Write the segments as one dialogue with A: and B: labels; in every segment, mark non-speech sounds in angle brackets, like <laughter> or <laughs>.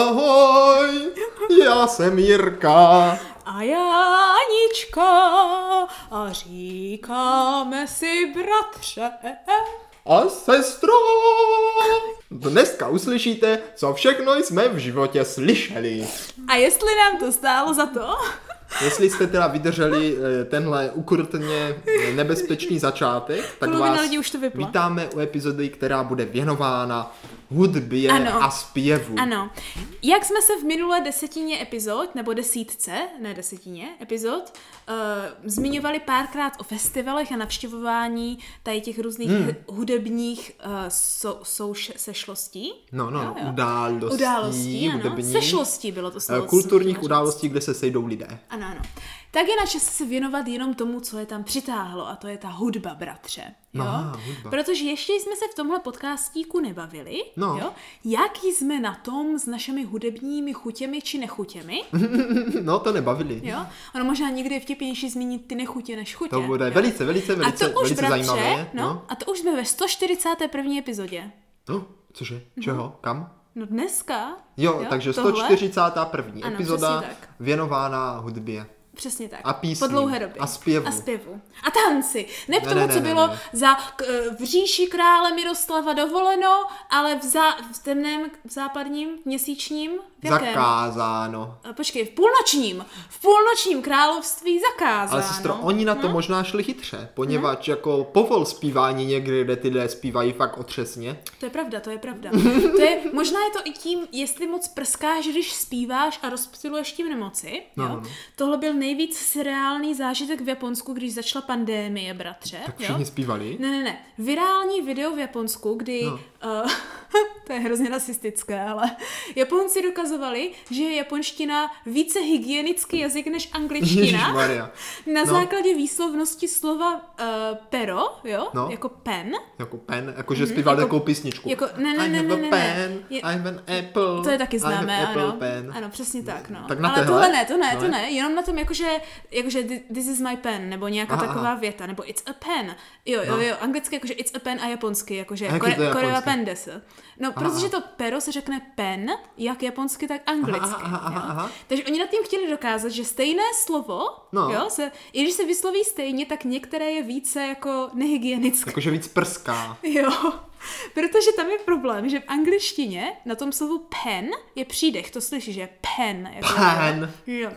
A: Ahoj, já jsem Jirka.
B: A Jánička a říkáme si bratře.
A: A sestro! Dneska uslyšíte, co všechno jsme v životě slyšeli.
B: A jestli nám to stálo za to?
A: Jestli jste teda vydrželi eh, tenhle ukrutně eh, nebezpečný začátek, tak
B: Polovina
A: vás
B: lidí už to vypla.
A: vítáme u epizody, která bude věnována hudbě
B: Ano.
A: a zpěvu.
B: Ano. Jak jsme se v minulé desetině epizod, nebo desítce, ne desetině epizod, uh, zmiňovali párkrát o festivalech a navštěvování tady těch různých
A: Hmm.
B: hudebních uh, so, souš, sešlostí.
A: No, no,
B: Jo, jo.
A: událostí,
B: Událostí, ano.
A: hudebních,
B: Sešlostí bylo to
A: eh,
B: slovo. co jsem
A: kulturních
B: chtěla říct.
A: událostí, kde se sejdou lidé.
B: Ano, ano. Tak je na čase se věnovat jenom tomu, co je tam přitáhlo, a to je ta hudba, bratře. Jo?
A: Aha, No, hudba.
B: Protože ještě jsme se v tomhle podcastíku nebavili,
A: No.
B: jo? jak jsme na tom s našimi hudebními chutěmi či nechutěmi.
A: No, to nebavili.
B: Jo? Ono možná někdy je vtipnější zmínit ty nechutě než chutě.
A: To bude
B: jo?
A: velice, velice, velice,
B: a to už,
A: velice
B: bratře,
A: zajímavé.
B: No, A to už jsme ve 141. epizodě.
A: no. Cože? Čeho? Kam?
B: No dneska.
A: Jo, takže
B: Mhm. tohle-
A: 141.
B: Ano,
A: epizoda
B: přesně tak.
A: věnovaná hudbě.
B: Přesně tak.
A: A písní.
B: Po dlouhé době.
A: A zpěvu.
B: A zpěvu. A tanci. Ne k
A: Ne,
B: tomu,
A: ne, ne,
B: co
A: ne,
B: bylo
A: ne.
B: za k, eh, v říši krále Miroslava dovoleno, ale v, zá, v temném v západním měsíčním v jakém?
A: Zakázáno.
B: Eh, Počkej, v půlnočním. V půlnočním království zakázáno. Mhm.
A: Ale sestro, oni na to možná šli chytře, poněvadž jako povol zpívání někde, kde ty lidé zpívají fakt otřesně.
B: To je pravda, to je pravda.
A: <laughs>
B: To je, možná je to i tím, jestli moc prskáš, když zpíváš a rozptiluješ tím nemoci.
A: No, no,
B: Jo?
A: no.
B: Tohle byl nejvíc seriální zážitek v Japonsku, když začala pandémie, bratře.
A: Tak
B: jo?
A: všichni zpívali.
B: Ne, ne, ne. Virální video v Japonsku, kdy...
A: No.
B: No. Uh, <laughs> to je hrozně rasistické, ale... Japonci dokazovali, že je japonština více hygienický jazyk než angličtina.
A: Maria.
B: Na
A: No.
B: základě výslovnosti slova uh, pero, jo?
A: No.
B: Jako pen.
A: Jako pen, jako že zpíval
B: jako-
A: takovou písničku.
B: jako- ne, ne,
A: I
B: ne,
A: have
B: ne,
A: a
B: ne, ne.
A: pen,
B: Je-
A: I'm an apple.
B: To je taky
A: I have
B: známé,
A: apple
B: ano.
A: Pen.
B: Ano, přesně tak, no.
A: Tak na
B: Ale
A: téhle?
B: tohle ne, to ne, to
A: No.
B: ne. Jenom na tom, jakože, jakože thi- this is my pen, nebo nějaká
A: Aha,
B: taková
A: aha.
B: věta, nebo it's a pen. Jo, jo,
A: No.
B: jo, anglicky jakože it's a pen a japonsky, jakože
A: A jaký to je
B: kore, koreva
A: japonský?
B: pendes. No, protože to pero se řekne pen, jak japonsky, tak anglicky.
A: Aha, aha, aha,
B: jo.
A: aha.
B: Takže oni nad tím chtěli dokázat, že stejné slovo,
A: No.
B: jo, se, i když se vysloví stejně, tak některé je více jako nehygienické.
A: Jakože víc prská.
B: <laughs> Jo, protože tam je problém, že v angličtině na tom slovu pen je přídech, to slyšíš, že pen. Jako
A: Pen.
B: Jo.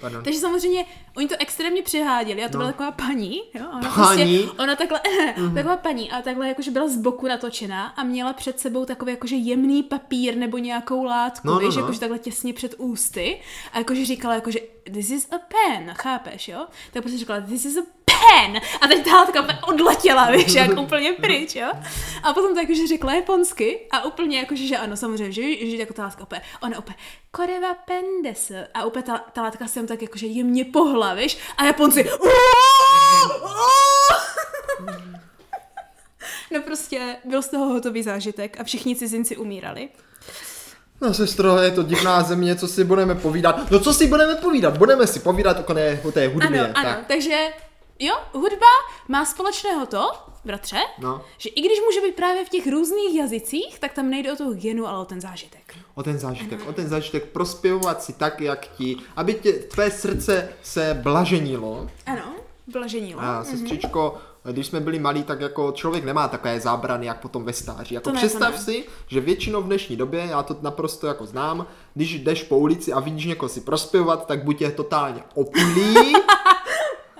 A: Pardon.
B: Takže samozřejmě oni to extrémně přeháděli a
A: No.
B: to byla taková paní, jo, a ona,
A: Paní?
B: Prostě, ona takhle, <laughs>
A: Mhm.
B: mm taková paní a takhle jakože byla z boku natočená a měla před sebou takový jakože jemný papír nebo nějakou látku,
A: No, no,
B: víš,
A: no.
B: jakože takhle těsně před ústy a jakože říkala jakože this is a pen, chápeš, jo? Tak prostě říkala this is a pen a teď ta látka úplně odletěla, víš, jak úplně pryč, jo? A potom to jakože řekla japonsky a úplně jakože, že ano, samozřejmě, že, že jako ta látka opět, ona opět koreva pendes a opět ta, ta látka se jim tak jakože jemně pohla, víš? A Japonci "Uuu, uuu." No prostě byl z toho hotový zážitek a všichni cizinci umírali.
A: No sestro, je to divná země, co si budeme povídat. No co si budeme povídat? Budeme si povídat o, koné, o té hudbě.
B: Ano, ano,
A: Tak.
B: takže jo, hudba má společného to, bratře,
A: No.
B: že i když může být právě v těch různých jazycích, tak tam nejde o tu hygienu, ale o ten zážitek.
A: O ten zážitek, o ten zážitek prospěvovat si tak, jak ti, aby tě, tvé srdce se blaženilo.
B: Ano, blaženilo.
A: A sestřičko, když jsme byli malí, tak jako člověk nemá takové zábrany, jak potom ve stáří. Jako
B: To ne, to
A: představ
B: ne.
A: si, že většinou v dnešní době, já to naprosto jako znám, když jdeš po ulici a vidíš někoho si prospěvovat, tak buď je totálně
B: <laughs>
A: opilý,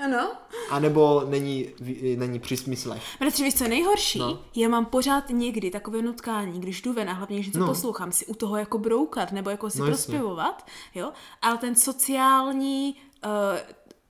B: Ano.
A: anebo není, v- není při smyslech.
B: Bratře, víš, co je nejhorší?
A: No.
B: No. Já mám pořád někdy takové nutkání, když jdu ven a hlavně, když něco
A: No.
B: no. poslouchám, si u toho jako broukat nebo jako si
A: No,
B: no,
A: jasně.
B: prospěvovat, jo? Ale ten sociální, uh,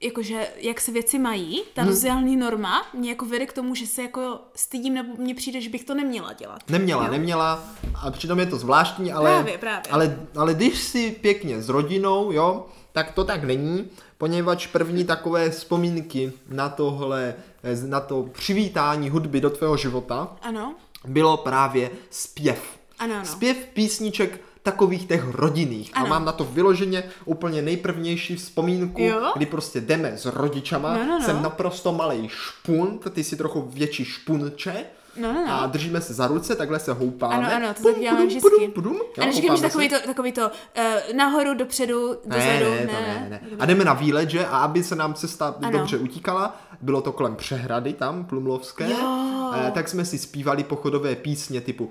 B: jakože jak se věci mají, ta
A: No.
B: sociální norma mě jako vede k tomu, že se jako stydím nebo mně přijde, že bych to neměla dělat.
A: Neměla, neměla a přitom je to zvláštní, ale,
B: Právě, právě.
A: ale, ale když si pěkně s rodinou, jo, tak to tak není, poněvadž první takové vzpomínky na tohle, eh, na to přivítání hudby do tvého života
B: Ano,
A: bylo právě zpěv.
B: ano, ano.
A: Zpěv písniček takových těch rodinných. A
B: Ano.
A: mám na to vyloženě úplně nejprvnější vzpomínku,
B: Jo?
A: kdy prostě jdeme s rodičama,
B: No, no, no.
A: jsem naprosto malý špunt, ty jsi trochu větší špunče.
B: No, no, no.
A: a držíme se za ruce, takhle se houpáme.
B: Ano, ano, to tak děláme vždycky.
A: Pudum, pudum,
B: a
A: jo,
B: neříkám, že
A: houpáme
B: takový
A: se.
B: to, takový to uh, nahoru, dopředu,
A: Ne,
B: dozadu,
A: ne, to ne, ne. A jdeme na výlet, že? A aby se nám cesta
B: Ano.
A: ano. dobře utíkala, bylo to kolem přehrady tam, Plumlovské,
B: Jo.
A: eh, tak jsme si zpívali pochodové písně typu,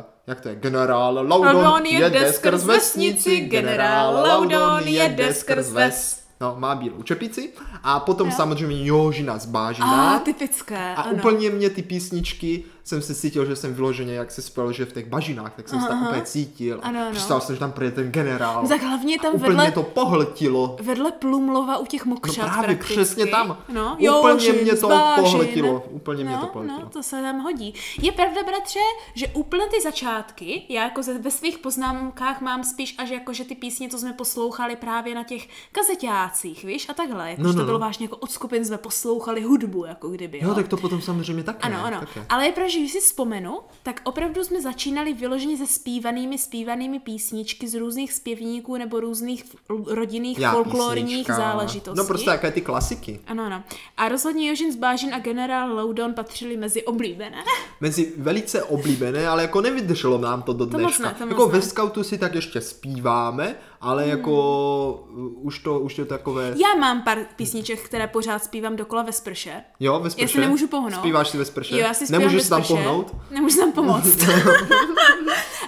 A: eh, jak to je, generál Laudon
B: Laudon
A: jede skrz vesnici, generál Laudon jede skrz ves.
B: ves.
A: No, má bílou čepici. A potom
B: Jo.
A: samozřejmě Jožina z Bážina.
B: A Ah, typické,
A: A
B: ano.
A: úplně mě ty písničky jsem se cítil, že jsem vyloženě, jak se spal, že v těch bažinách, tak jsem se tak
B: Aha.
A: úplně cítil.
B: Ano, ano.
A: Přestal jsem, že tam projede ten generál.
B: Tak hlavně tam
A: úplně
B: vedle-
A: mě to pohltilo.
B: Vedle Plumlova u těch
A: No
B: mokřat
A: právě,
B: prakticky.
A: přesně tam.
B: No,
A: úplně
B: Jožin,
A: mě to
B: Zbážin.
A: pohltilo. Úplně mě
B: no,
A: to pohltilo.
B: No, to se tam hodí. Je pravda, bratře, že úplně ty začátky, já jako ze- ve svých poznámkách mám spíš až jako, že ty písně, co jsme poslouchali právě na těch kazetácích, víš, a takhle. Jako,
A: No,
B: no, no,
A: no,
B: to bylo
A: no.
B: vážně jako od skupin jsme poslouchali hudbu, jako kdyby.
A: Jo, tak to potom samozřejmě také.
B: Ano, ano.
A: Také.
B: Ale je pravda, že když si vzpomenu, tak opravdu jsme začínali vyloženě se zpívanými, zpívanými písničky z různých zpěvníků nebo různých l- rodinných
A: Já
B: folklorních
A: písnička.
B: záležitostí.
A: No prostě jaké ty klasiky.
B: Ano, ano. A rozhodně Jožin z Bážin a generál Loudon patřili mezi oblíbené.
A: Mezi velice oblíbené, ale jako nevydrželo nám to do
B: To moc
A: dneška.
B: ne, to moc
A: jako
B: ne. Hmm.
A: ve scoutu si tak ještě zpíváme, ale jako uh, už to, už to je takové...
B: Já mám pár písniček, které pořád zpívám dokola ve sprše.
A: Jo, ve sprše?
B: Já se nemůžu pohnout.
A: Zpíváš si ve sprše?
B: Jo, já si zpívám
A: Nemůžeš
B: ve
A: se tam
B: sprše.
A: pohnout?
B: Nemůžu
A: <laughs>
B: tam pomoct.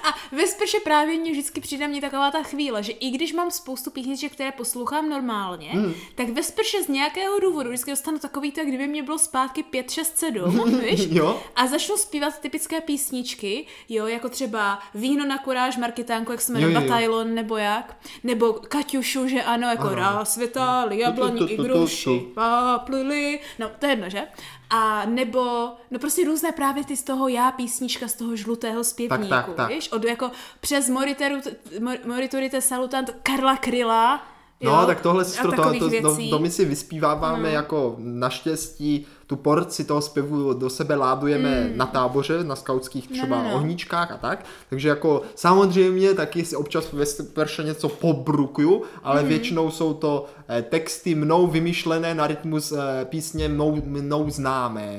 B: a ve sprše právě mě vždycky přijde mě taková ta chvíle, že i když mám spoustu písniček, které poslouchám normálně, hmm. tak ve sprše z nějakého důvodu vždycky dostanu takový to, jak kdyby mě bylo zpátky 5, 6, 7,
A: <laughs>
B: víš?
A: Jo.
B: A začnu zpívat typické písničky, jo, jako třeba Víno na kuráž, Markitánko, jak se jmenuje,
A: Jo, jo, jo.
B: Batailon, nebo jak, nebo Kaťušu, že ano, jako
A: Ano.
B: Rás, Vitali, Jablani
A: To, to,
B: i
A: to, to,
B: Gruši,
A: to.
B: plili, no to je jedno, že? A nebo, no prostě různé právě ty z toho já písnička, z toho žlutého zpěvníku,
A: Tak, tak, tak.
B: víš? Od jako přes Moriteru, Mor- Moriturite Salutant Karla Kryla,
A: No,
B: jo?
A: tak tohle
B: A
A: sestro, to,
B: takových
A: to, to,
B: věcí.
A: to my si vyspíváváme
B: No.
A: jako naštěstí tu porci toho zpěvu do sebe ládujeme na táboře, na skautských třeba
B: Hmm. no, no.
A: ohníčkách a tak. Takže jako samozřejmě taky si občas ve sprše něco pobrukuju, ale
B: Hmm.
A: většinou jsou to eh, texty mnou vymyšlené na rytmus eh, písně mnou, mnou
B: <laughs>
A: známé.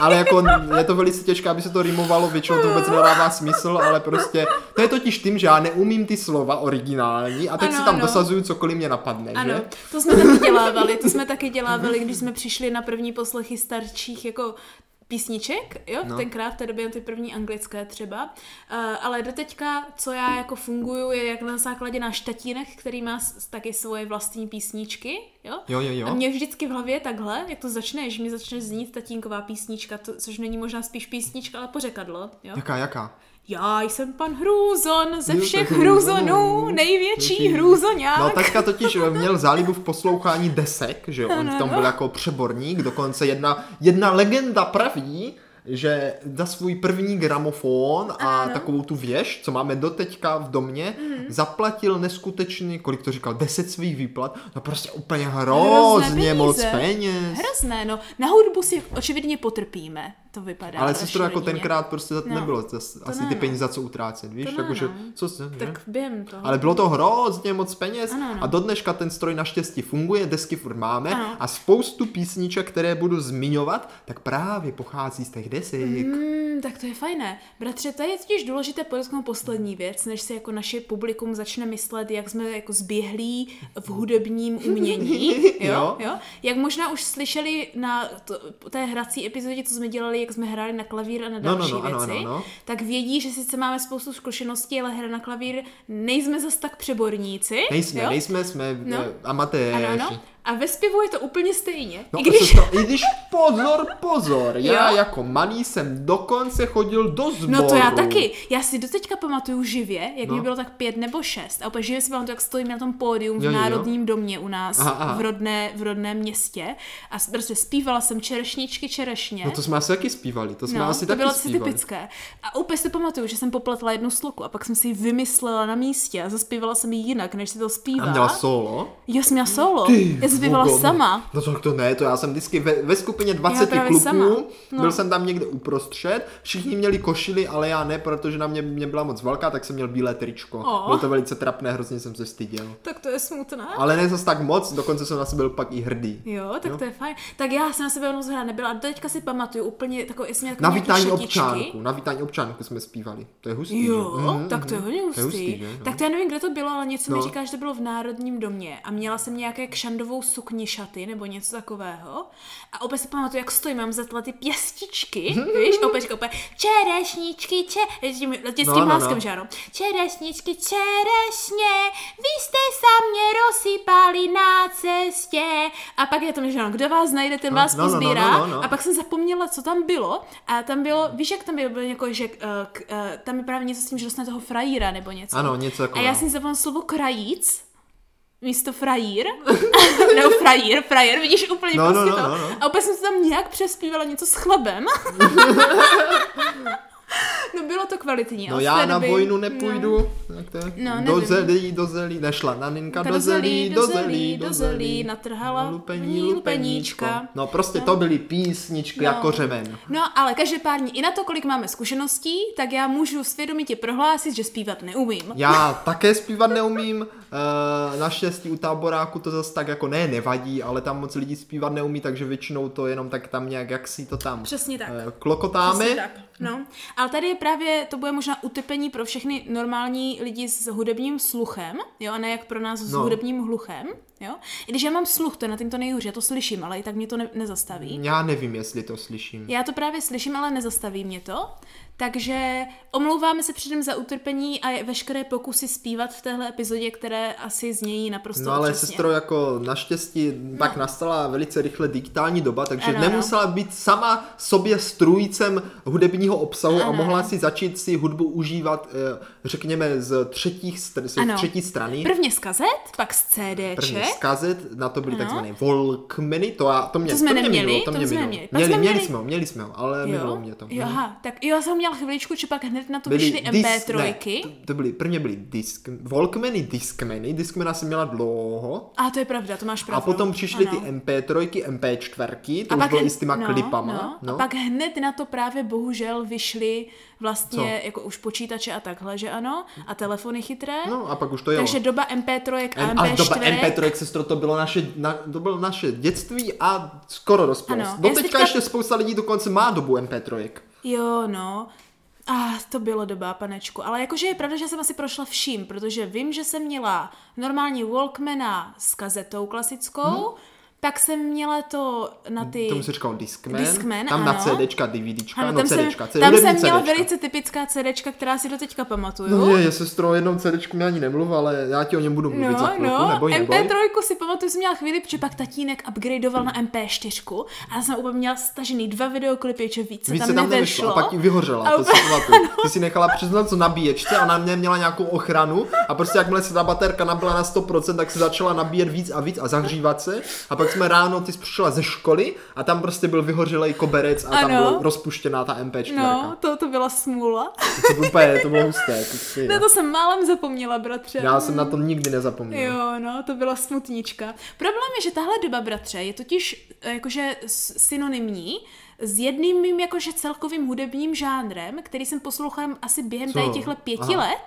A: Ale jako n- je to velice těžké, aby se to rimovalo, většinou to vůbec nedává smysl, ale prostě to je totiž tím, že já neumím ty slova originální a tak
B: Ano,
A: si tam
B: ano.
A: dosazuju cokoliv mě napadne,
B: Ano,
A: že?
B: to jsme taky dělávali, to jsme taky dělávali, když jsme přišli na první poslechy starších jako písniček, jo, no.
A: No.
B: tenkrát v té době na ty první anglické třeba, uh, ale do teďka, co já jako funguju, je jak na základě náš tatínek, který má s, taky svoje vlastní písničky, jo,
A: Jo, jo, jo.
B: a mě vždycky v hlavě je takhle, jak to začne, že mi začne znít tatínková písnička, to, což není možná spíš písnička, ale pořekadlo, jo.
A: Jaká, jaká?
B: Já jsem pan Hrůzon ze
A: Jo,
B: všech
A: tak-
B: hrůzonů, největší hrůzoňák.
A: No, taťka totiž měl zálibu v poslouchání desek, že on
B: Ano,
A: v tom
B: ano.
A: byl jako přeborník, dokonce jedna, jedna legenda praví, že za svůj první gramofon a
B: Ano. Mhm.
A: takovou tu věž, co máme doteďka v domě, zaplatil neskutečný, kolik to říkal, 10 svých výplat, no prostě úplně hrozně moc
B: peníze.
A: peněz.
B: Hrozné, no. Na hudbu si očividně potrpíme, to vypadá.
A: Ale
B: v
A: sestro,
B: naší
A: jako
B: rodině.
A: tenkrát prostě za to
B: No.
A: nebylo zas, asi
B: ne,
A: ty
B: no.
A: peníze za co utrácet, víš?
B: ne,
A: Jakože,
B: no.
A: co se, že?
B: Tak během toho.
A: Ale bylo to hrozně moc peněz
B: Ano, ano.
A: a do dneška ten stroj naštěstí funguje, desky furt máme
B: Ano.
A: a spoustu písniček, které budu zmiňovat, tak právě pochází z těch desek.
B: Hmm, tak to je fajné. Bratře, tady je totiž důležité podotknout poslední věc, než si jako naše publikum začne myslet, jak jsme jako zběhlí v hudebním umění.
A: <laughs>
B: Jo,
A: Jo.
B: jo. Jak možná už slyšeli na to, té hrací epizodě, co jsme dělali, jak jsme hráli na klavír a na
A: No, no,
B: další
A: no, ano,
B: věci,
A: ano, ano.
B: tak vědí, že sice máme spoustu zkušeností, ale hra na klavír nejsme zas tak přeborníci.
A: Nejsme,
B: jo?
A: nejsme, jsme
B: No.
A: eh, amatéři.
B: Ano, ano. A ve zpěvu je to úplně stejně.
A: No,
B: I když...
A: sestro, I když pozor, pozor, já
B: Jo.
A: jako malý jsem dokonce chodil do sboru.
B: No to já taky. Já si doteďka pamatuju živě, jak no.
A: No.
B: mi bylo tak pět nebo šest. A úplně živě si pamatuju, jak stojím na tom pódium v
A: Jo, jo, jo.
B: Národním domě u nás
A: Aha, aha.
B: V, rodné, v rodném městě. A s- prostě zpívala jsem čerešničky, čerešně.
A: No to jsme asi taky zpívali, to jsme
B: No,
A: asi
B: to
A: taky
B: bylo asi
A: zpívali.
B: typické. A úplně si pamatuju, že jsem popletla jednu sloku a pak jsem si ji vymyslela na místě a zaspívala jsem ji jinak, než si to
A: A
B: zpívá.
A: měla solo?
B: Já jsem měla solo.
A: Ty
B: já jsem jsi bývala
A: Google.
B: sama.
A: No to, to ne, to já jsem vždycky ve, ve skupině 20
B: právě sama,
A: kluků,
B: no.
A: no. byl jsem tam někde uprostřed, všichni měli košily, ale já ne, protože na mě, mě byla moc velká, tak jsem měl bílé tričko.
B: O.
A: Bylo to velice trapné, hrozně jsem se styděl.
B: Tak to je smutné.
A: Ale ne zas tak moc, dokonce jsem na sebe byl pak i hrdý.
B: Jo, tak jo. to je fajn. Tak já jsem na sebe jenom zhra nebyla. A teďka si pamatuju úplně takový, jestli měla
A: Na
B: nějaký
A: vítání
B: šatičky.
A: občánku, na vítání občánku jsme zpívali. To je hustý.
B: Jo,
A: že? Mhm,
B: tak to je
A: mhm.
B: hodně hustý.
A: že? No.
B: Tak to já nevím, kde to bylo, ale něco mi
A: No.
B: říká, že to bylo v Národním domě a měla jsem nějaké kšandovou sukni šaty nebo něco takového. A opět si pamatuju, jak stojím, mám za
A: <laughs>
B: ty pěstičky, víš, opět říká opět čerešničky, če... s tím, s tím
A: No, no, no.
B: hlaskem, že ano. Čerešničky, čerešně, vy jste sa mě rozsypali na cestě. A pak je to, že ano, kdo vás najde, ten
A: No,
B: vás
A: no, no, no,
B: pozbírá.
A: no, no.
B: A pak jsem zapomněla, co tam bylo. A tam bylo, víš, jak tam bylo, bylo jako, že eh, k, eh, tam je právě něco s tím, že dostane toho frajíra nebo něco.
A: Ano, něco
B: A
A: takového.
B: já jsem zapomněla slovo krajíc místo frajír. <laughs> Nebo frajír, frajír, vidíš úplně
A: No, no,
B: prostě
A: no,
B: to.
A: no, no.
B: A opět jsem se tam nějak přespívala něco s
A: <laughs>
B: chlebem. no bylo to kvalitní.
A: No
B: ale z
A: já
B: té
A: na
B: doby-
A: vojnu
B: No.
A: nepůjdu. Tak to je.
B: No,
A: do
B: nevím.
A: zelí, do zelí. Nešla naninka
B: Do zelí, do zelí, do zelí, No. natrhala v ní lupeníčka.
A: No prostě to byly písničky
B: No.
A: jako řemen.
B: No, ale každopádně i na to, kolik máme zkušeností, tak já můžu svědomitě prohlásit, že zpívat neumím.
A: Já také zpívat neumím, eh, naštěstí u táboráku to zase tak jako ne, nevadí, ale tam moc lidí zpívat neumí, takže většinou to jenom tak tam nějak, jak si to tam
B: Přesně tak.
A: eh, klokotáme.
B: Přesně tak. No, ale tady je právě, to bude možná utrpení pro všechny normální lidi s hudebním sluchem, jo, a ne jak pro nás s
A: No.
B: hudebním hluchem, jo. I když já mám sluch, to je na tím to nejhůř, já to slyším, ale i tak mě to ne- nezastaví.
A: Já nevím, jestli to slyším.
B: Já to právě slyším, ale nezastaví mě to. Takže omlouváme se předem za utrpení a veškeré pokusy zpívat v téhle epizodě, které asi znějí naprosto
A: No ale
B: otřesně.
A: sestro, jako naštěstí pak nastala velice rychle digitální doba, takže
B: No. Ano,
A: ano,
B: ano.
A: nemusela být sama sobě strůjcem hudebního obsahu ano. a
B: Ano.
A: mohla si začít si hudbu užívat, eh, řekněme, z, třetích str-
B: Ano.
A: z třetí strany.
B: Prvně z kazet, pak z CDček.
A: První z kazet, na to byly
B: Ano.
A: takzvané volkmeny, to, a, to mě,
B: To jsme
A: to mě
B: neměli,
A: minulo,
B: to
A: to mě
B: jsme
A: minulo.
B: neměli. Pak
A: Měli,
B: jsme
A: měli
B: měli-
A: jsme ho, měli jsme ho, ale minulo mě to.
B: Jo,
A: Mhm.
B: aha, tak jo, já jsem měla chviličku, či pak hned na to vyšly
A: ne,
B: MP3.
A: to- to byly, prvně byly disk, Volkmeny, Discmeny, Discmena jsem měla dlouho,
B: A to je pravda, to máš
A: A
B: pravdu.
A: potom přišly
B: ano.
A: ty MP3, MP4, to už bylo
B: hn-
A: i s těma
B: no,
A: klipama.
B: No. A pak hned na to právě bohužel vyšly vlastně Co? jako už počítače a takhle, že ano? A telefony chytré.
A: Mhm. no a pak už to jelo.
B: Takže doba MP3 a
A: a doba
B: MP4.
A: MP3, sestro, to bylo naše, na, to bylo naše dětství a skoro
B: Ano,
A: dospělost.
B: já
A: Do
B: si
A: teďka
B: teďka-
A: ještě spousta lidí dokonce má dobu MP3.
B: Jo, no. A ah, to bylo doba, panečku. Ale jakože je pravda, že jsem asi prošla vším, protože vím, že jsem měla normální Walkmana s kazetou klasickou,
A: Mhm.
B: hmm. pak jsem měla to na ty...
A: Tomu se říkal Discman.
B: Discman,
A: tam na
B: ano.
A: CDčka, DVDčka,
B: Ano,
A: no
B: tam, jsem,
A: CDčka.
B: tam jsem
A: hudební
B: měla
A: CDčka.
B: velice typická CDčka, která si do teďka pamatuju.
A: No je, je, sestro, o jednom CDčku mi ani nemluv, ale já ti o něm budu mluvit za
B: No,
A: chvilku,
B: no,
A: neboj, neboj.
B: MP3 si pamatuju, jsem měla chvíli, protože pak tatínek upgradeoval na MP4 a já jsem úplně měla stažený dva videoklipy, že více,
A: Víc
B: tam, tam
A: nevyšlo.
B: nevyšlo.
A: A pak ji vyhořela,
B: A
A: to si pamatuju. Ty si nechala přiznat, co nabíječce a na mě měla nějakou ochranu a prostě jakmile se ta baterka nabila na 100%, tak se začala nabíjet víc a víc a zahřívat se a pak jsme ráno, ty jsi přišla ze školy a tam prostě byl vyhořelej koberec a tam
B: Ano.
A: byla rozpuštěná ta MP4.
B: No, to, to byla smůla.
A: To, bylo úplně, to bylo husté. ty si-
B: Na No to jsem málem zapomněla, bratře.
A: Já jsem na to nikdy nezapomněl.
B: Jo, no, to byla smutnička. Problém je, že tahle doba, bratře, je totiž eh, jakože s- synonymní s jedným mým jakože celkovým hudebním žánrem, který jsem poslouchám asi během
A: Co?
B: tady těchhle pěti
A: Aha.
B: let,